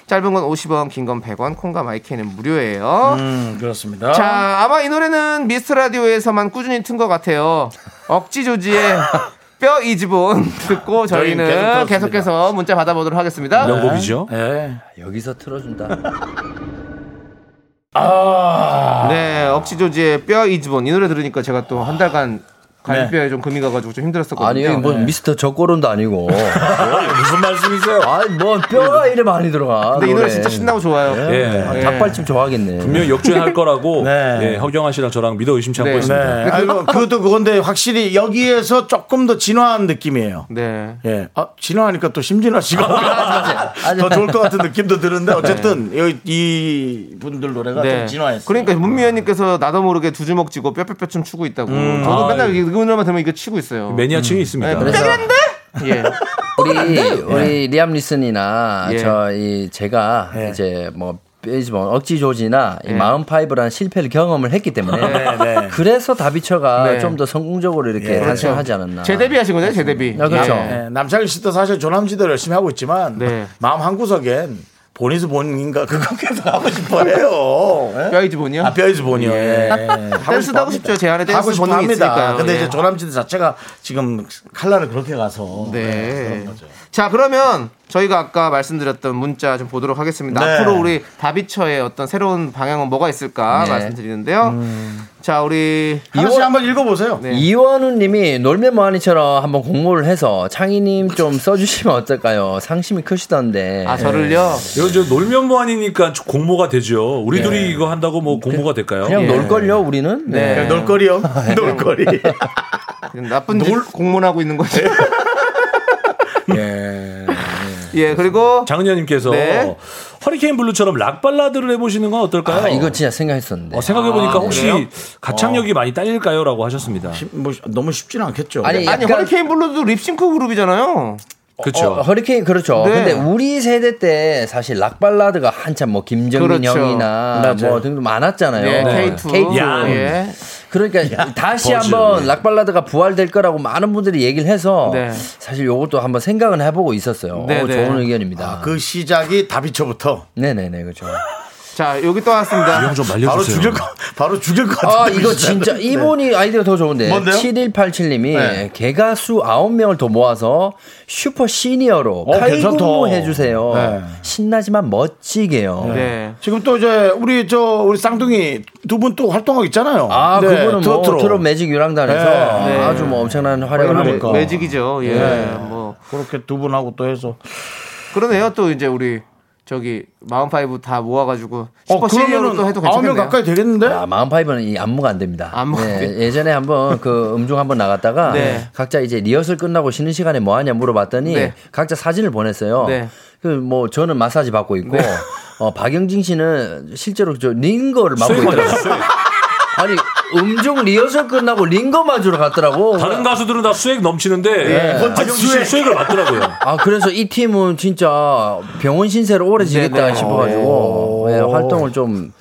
짧은 건 50원, 긴 건 100원, 콩과 마이크는 무료예요.
음, 그렇습니다.
자, 아마 이 노래는 미스트 라디오에서만 꾸준히 튼 것 같아요. 억지 조지의 뼈 이지본 듣고
저희는 계속
저희는
들었습니다.
계속해서 문자 받아보도록 하겠습니다.
명곡이죠.
예.
여기서 틀어준다.
아,
네, 억지 조지의 뼈 이지본 이 노래 들으니까 제가 또 한 달간 갈비뼈에 좀 금이 가가지고 좀 힘들었었거든요. 네.
아니 여기 뭐 미스터 저꼬론도 아니고.
무슨 말씀이세요?
아니 뭐 뼈가 이래 많이 들어가.
근데 이 노래 진짜 신나고 좋아요. 네.
예.
네. 아, 닭발집 좋아하겠네.
분명히 역주행할 거라고
네.
예, 허경환 씨랑 저랑 믿어 의심치 않고
네.
네.
있습니다.
아니, 뭐 그것도 그건데 확실히 여기에서 조금 더 진화한 느낌이에요.
네.
예. 아, 진화하니까 또 심진아 씨가 더 좋을 것 같은 느낌도 드는데 어쨌든 여기 이 분들 노래가 좀
네.
진화했어요.
그러니까 문미연님께서 나도 모르게 두 주먹 쥐고 뼈뼈뼈 춤 추고 있다고. 저도
아,
맨날 이 노래만 들으면 이거 치고 있어요.
매니아층이 있습니다.
네,
그래서
예.
우리 우리 리암 리슨이나
네. 예.
저이 제가
예.
이제 뭐 베이지본 억지 조지나
예.
이 마음 파이브라는 실패를 경험을 했기 때문에
네.
그래서
네.
다비처가
예, 그렇죠.
좀 더 성공적으로 이렇게 탄생하지 않았나.
재데뷔하신 거죠, 재데뷔.
아, 그렇죠.
예.
예, 남창희 씨도 사실 조남지대를 열심히 하고 있지만
네.
마음 한 구석엔 본인이 본인가 그거 계속 하고 싶어요. 예?
뼈 이지본이요?
아, 뼈이즈 본이요. 예. 하고
네. 댄스도 하고 싶죠. 제 안에 댄스
하고 싶어
본능이
합니다.
있으니까요.
근데
예.
이제 조남지대 자체가 지금 칼라를 그렇게 가서 네,
네.
그런 거죠.
자, 그러면 저희가 아까 말씀드렸던 문자 좀 보도록 하겠습니다.
네.
앞으로 우리 다비처의 어떤 새로운 방향은 뭐가 있을까
네.
말씀드리는데요.
음.
자, 우리
하나씩 한번 읽어보세요.
네.
이원우님이 놀면 뭐하니처럼 한번 공모를 해서 창희님 좀 써주시면 어떨까요? 상심이 크시던데.
네.
아, 저를요.
이거 저 놀면 뭐하니니까 공모가 되죠. 우리 둘이 이거 한다고 뭐 공모가 될까요?
네. 그냥
예.
놀걸요 우리는.
*laughs* 네.
그냥 놀거리요. 놀거리.
그냥 나쁜 짓 공문하고 있는 거죠.
네.
*laughs* 예, 그리고
장은현님께서
네.
허리케인 블루처럼 락 발라드를 해보시는 건 어떨까요?
아, 이거 아, 어. 진짜 생각했었는데.
어, 생각해보니까 혹시 가창력이 많이 딸릴까요? 라고 하셨습니다.
뭐, 너무 쉽지는 않겠죠.
아니,
그렇죠. 네. 아니
약간-
허리케인 블루도 립싱크 그룹이잖아요.
그렇죠.
어, 허리케인 그렇죠.
네.
근데 우리 세대 때 사실 락발라드가 한참 뭐 김정민
그렇죠.
형이나 뭐 등등 많았잖아요.
예,
네.
K2.
K2.
야.
예.
그러니까 다시 한번 락발라드가 부활될 거라고 많은 분들이 얘기를 해서
네.
사실 요것도 한번 생각은 해보고 있었어요.
네,
어,
네.
좋은 의견입니다.
그 시작이 다비처부터
네네네 그렇죠.
자, 여기 또
아,
왔습니다.
좀
바로
말려주세요.
죽일 거 바로 죽일 것 같은데.
아 이거 진짜 이분이 아이디어 더 좋은데
네. 뭔데요?
7187님이
네.
개가수 9명을 더 모아서 슈퍼 시니어로
어, 괜찮다.
칼군무 해주세요.
네.
신나지만 멋지게요.
네.
지금 또 이제 우리 저 우리 쌍둥이 두 분 또 활동하고 있잖아요.
아
네,
그분은 뭐
트로트로.
트롯 매직 유랑단에서
네.
네.
아주 뭐 엄청난 활약을 하고
매-
있고
그러니까.
매직이죠. 예. 뭐
그렇게 두 분하고 또 해서
그러네요. 또 이제 우리 저기 마운파이브 다 모아가지고 슈퍼 시리얼로 또 해도
어, 아홉 명
괜찮겠네요.
가까이 되겠는데?
아, 마음파이브는 이 안무가 안 됩니다.
안무가 안 돼요?
예, 전에 한번 그 음중 한번 나갔다가
네.
각자 이제 리허설 끝나고 쉬는 시간에 뭐 하냐 물어봤더니
네.
각자 사진을 보냈어요.
네.
그 뭐 저는 마사지 받고 있고 어, 박영진 씨는 실제로 저 링거를 맡고 있더라고요. 아니 음중 리허설 끝나고 링거 맞으러 갔더라고.
다른 가수들은 다 수액 넘치는데
아,
박영진 씨는 수액을 맞더라고요.
아 그래서 이 팀은 진짜 병원 신세로 오래 지겠다
네네.
싶어가지고 예, 활동을 좀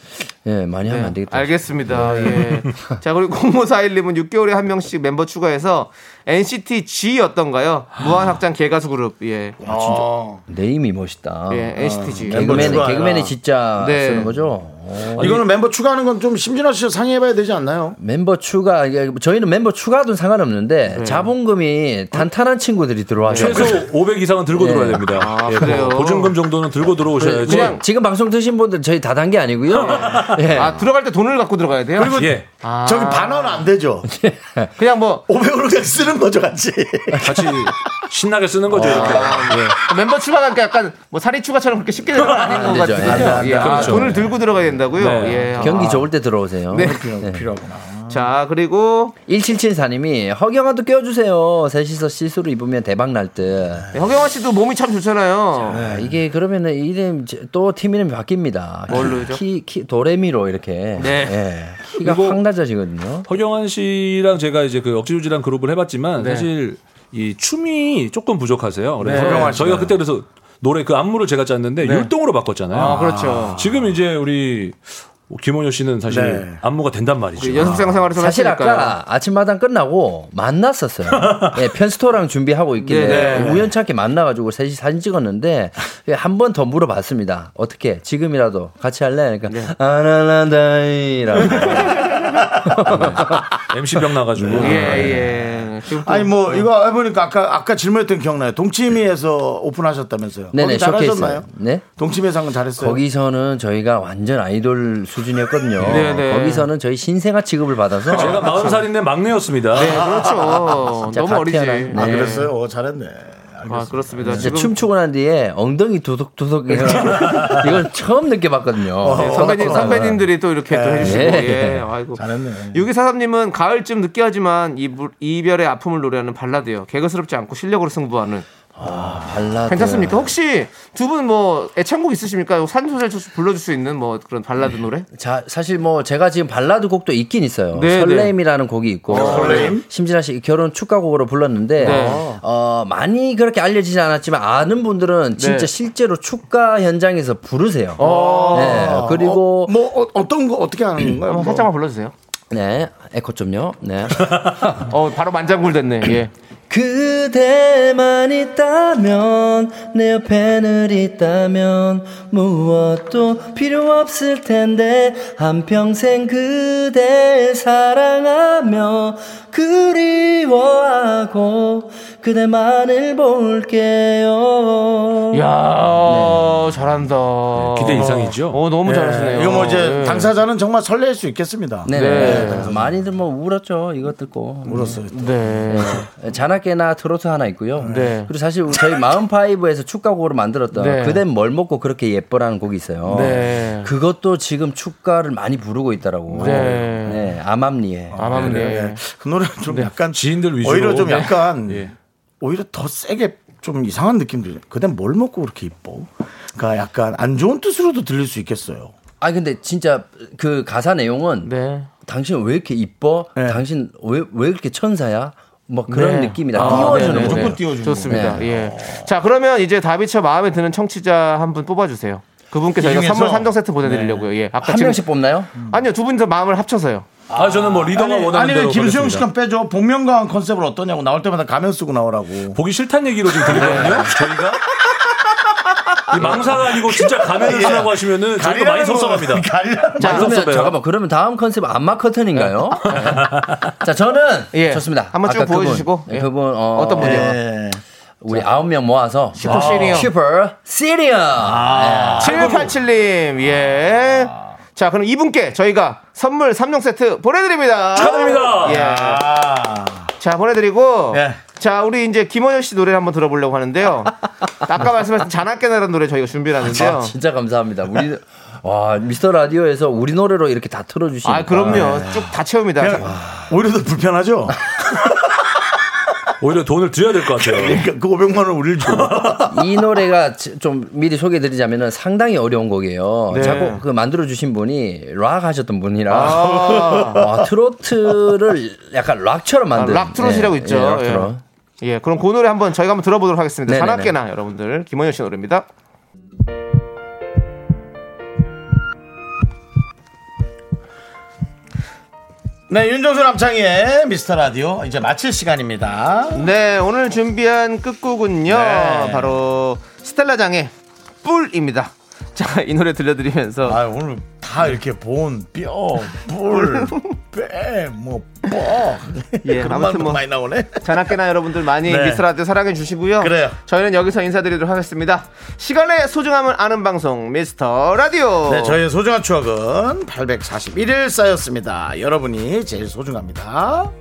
예, 많이 하면 안 되겠다.
알겠습니다.
네.
예. 자, 그리고 0541님은 6개월에 한 명씩 멤버 추가해서 NCT G였던가요? 무한확장 개가수 그룹. 예.
아,
네임이 멋있다.
예, NCT G.
개그맨
추가하나.
개그맨이 진짜
네.
쓰는 거죠. 어.
이거는 멤버 추가하는 건 좀 심진아 씨와 상의해봐야 되지 않나요?
멤버 추가 이게 저희는 멤버 추가도 상관없는데 자본금이 탄탄한 친구들이 들어와서
최소 500 이상은 들고 들어와야 됩니다.
아,
예,
그래요?
보증금 정도는 들고 들어오셔야지.
네. 그냥 지금 방송 드신 분들 저희 다단계 아니고요. 예.
아, 들어갈 때 돈을 갖고 들어가야 돼요?
그리고 예,
아,
저기 반원 안 되죠.
그냥 뭐
500으로 그냥 쓰는 거죠, 같이.
같이 신나게 쓰는 거죠. 이렇게. 예.
멤버 추가하니까 약간 뭐 살이 추가처럼 그렇게 쉽게 들어가는 건
안
아닌 것
되죠.
같은데.
안 돼, 안 돼.
예, 아,
그렇죠.
돈을 들고 들어가야 된다고요?
네.
예.
경기
아.
좋을 때 들어오세요.
네.
필요하구나.
자, 그리고
1774님이 허경아도 껴주세요. 셋이서 시스루 입으면 대박 날 듯.
허경환 씨도 몸이 참 좋잖아요.
아, 이게 그러면은 이름 또 팀 이름이 바뀝니다.
뭘로죠?
키, 키, 도레미로 이렇게.
네.
예. 키가
그리고
확 낮아지거든요.
허경환 씨랑 제가 이제 그 억지로지랑 그룹을 해봤지만
네.
사실 이 춤이 조금 부족하세요. 그래서 저희가 그때 그래서 노래 그 안무를 제가 짰는데 율동으로 바꿨잖아요.
아, 그렇죠.
지금 이제 우리 김원효 씨는 사실
네.
안무가 된단 말이죠.
그 연습생 생활에서
사실
하시니까요.
아까 아침마당 끝나고 만났었어요. 예, 편스토랑 준비하고 있길래
네, 네.
우연찮게 만나가지고 셋이 사진 찍었는데 예, 한 번 더 물어봤습니다. 어떻게 지금이라도 같이 할래? 그러니까
네.
아나나다이라고
MC 병 나가지고.
네.
네.
예, 예. 지금 또
아니 뭐 이거 해보니까 아까 아까 질문했던 게 기억나요? 동치미에서 오픈하셨다면서요?
네네
거기 잘하셨나요?
쇼케이스. 네.
동치미에서 잘했어요.
거기서는 저희가 완전 아이돌 수준이었거든요.
*laughs* 네네.
거기서는 저희 신생아 취급을 받아서
제가 40살인데 막내였습니다.
네, 그렇죠.
진짜
너무
갓
어리지.
태어난, 네.
아,
아 그랬어요? 어, 잘했네.
아, 그렇습니다.
진짜
지금
춤추고 난 뒤에 엉덩이 두둑두둑 *laughs* 이걸 처음 느껴봤거든요.
네, 선배님, 선배님들이 또 이렇게 또 해주시고,
네.
예. 아이고.
잘했네.
6243님은 가을쯤 늦게 하지만 이 물- 이별의 아픔을 노래하는 발라드요. 개그스럽지 않고 실력으로 승부하는.
발라드.
괜찮습니까? 혹시 두 분 뭐 애창곡 있으십니까? 산소절 불러줄 수 있는 뭐 그런 발라드 노래?
자, 사실 뭐 제가 지금 발라드 곡도 있긴 있어요.
네, 어,
설레임이라는 곡이 있고 심진아 씨 결혼 축가곡으로 불렀는데
네.
어, 많이 그렇게 알려지진 않았지만 아는 분들은 진짜
네. 어.
실제로 축가 현장에서 부르세요. 네, 그리고
어, 뭐 어, 떤거 어떻게 하는 거예요?
한번
뭐.
살짝만 불러주세요.
네 에코 좀요. 네.
어, 바로 만장굴 됐네. 예.
그대만 있다면 내 옆에는 있다면 무엇도 필요 없을 텐데 한평생 그댈 사랑하며 그리워하고 그대만을 볼게요
야 잘한다.
음. 기대 이상이죠?
어, 너무 잘하시네요.
이거 뭐 이제
예.
당사자는 정말 설렐 수 있겠습니다.
네.
네.
그래서 많이들 뭐 울었죠 이거 듣고 울었어요
네.
자나깨나 트로트 하나 있고요
네.
그리고 사실 저희 마음파이브에서 축가곡으로 만들었던
네.
그댄 뭘 먹고 그렇게 예뻐라는 곡이 있어요
네.
그것도 지금 축가를 많이 부르고 있다라고
네.
네, 암암리에
아마네.
그 노래는 좀 약간
지인들 위주로.
오히려 좀
음, 네.
약간
예.
오히려 더 세게 좀 이상한 느낌도 있어요. 그댄 뭘 먹고 그렇게 이뻐? 그러니까 약간 안 좋은 뜻으로도 들릴 수 있겠어요.
아 근데 진짜 그 가사 내용은
네.
당신 왜 이렇게 이뻐
네.
당신 왜 왜 이렇게 천사야 뭐 그런
네.
느낌이다.
아,
띄워주는
네, 네,
거.
네.
띄워주는
좋습니다. 예. 자, 그러면 이제 다비처 마음에 드는 청취자 한 분 뽑아주세요. 그분께 저희가
중에서?
선물 3종 세트 보내드리려고요. 예. 아까
한
지금-
명씩 뽑나요?
아니요, 두 분 더 마음을 합쳐서요.
아 저는 뭐 리더가
아니,
원하는
아니 왜
대로
김수영
가겠습니다.
씨가 빼줘 복면가왕 컨셉을 어떠냐고 나올 때마다 가면 쓰고 나오라고
보기 싫다는 얘기로 지금 들리거든요. 저희가 이 망사가 아니고 진짜 가면을 쓰라고 하시면은 저희가
*laughs*
많이 섭섭합니다.
가리라는
아,
자, 그러면
섭섭해요.
잠깐만. 그러면 다음 컨셉 안마 커튼인가요? 네. 자, 저는
네. *laughs* 예.
좋습니다.
한번 쭉
아까 그분,
보여주시고.
네,
예.
그분 어,
어떤 분이요?
예.
예.
우리 아홉 명 모아서
슈퍼 시리얼.
슈퍼 시리얼. 예.
787님, 예. 자, 그럼 이분께 저희가 선물 3종 세트 보내드립니다.
축하드립니다.
예.
아.
자, 보내드리고.
예.
네.
자, 우리 이제 김원효 씨 노래를 한번 들어보려고 하는데요.
*laughs*
아까 말씀하신 자나깨나라는 노래 저희가 준비를
아,
하는데요.
진짜 감사합니다.
*laughs*
우리 와, 미스터 라디오에서 우리 노래로 이렇게 다 틀어 주시니까.
아, 그럼요.
네.
쭉 다 채웁니다. 아.
오히려 더 불편하죠
오히려 돈을 드려야 될 것 같아요.
그러니까 그 500만 원 우리를 줘
이 노래가 지- 좀 미리 소개해 드리자면은 상당히 어려운 곡이에요.
네.
자꾸 그 만들어 주신 분이 락 하셨던 분이라
아.
와, 트로트를 약간 락처럼 만든 네,
아, 락 트롯이라고 있죠.
예, 락 트롯.
예, 그럼 그 노래 한번 저희가 한번 들어보도록 하겠습니다.
네네네.
사나깨나 여러분들 김원효 씨 노래입니다.
네 윤정수 남창희의 미스터 라디오 이제 마칠 시간입니다
네, 오늘 준비한 끝곡은요.
네.
바로 스텔라장의 뿔입니다. 자, 이 노래 들려드리면서
아 오늘
네.
다 이렇게 본 뼈,
*laughs*
뿔, 빼, 뭐 뻑.
예,
그런
아무튼
말도
뭐
많이 나오네.
자나깨나 여러분들 많이
네.
미스라디오 사랑해 주시고요.
그래요.
저희는 여기서 인사드리도록 하겠습니다. 시간의 소중함을 아는 방송 미스터 라디오.
네, 저희의 소중한 추억은 841일 쌓였습니다. 여러분이 제일 소중합니다.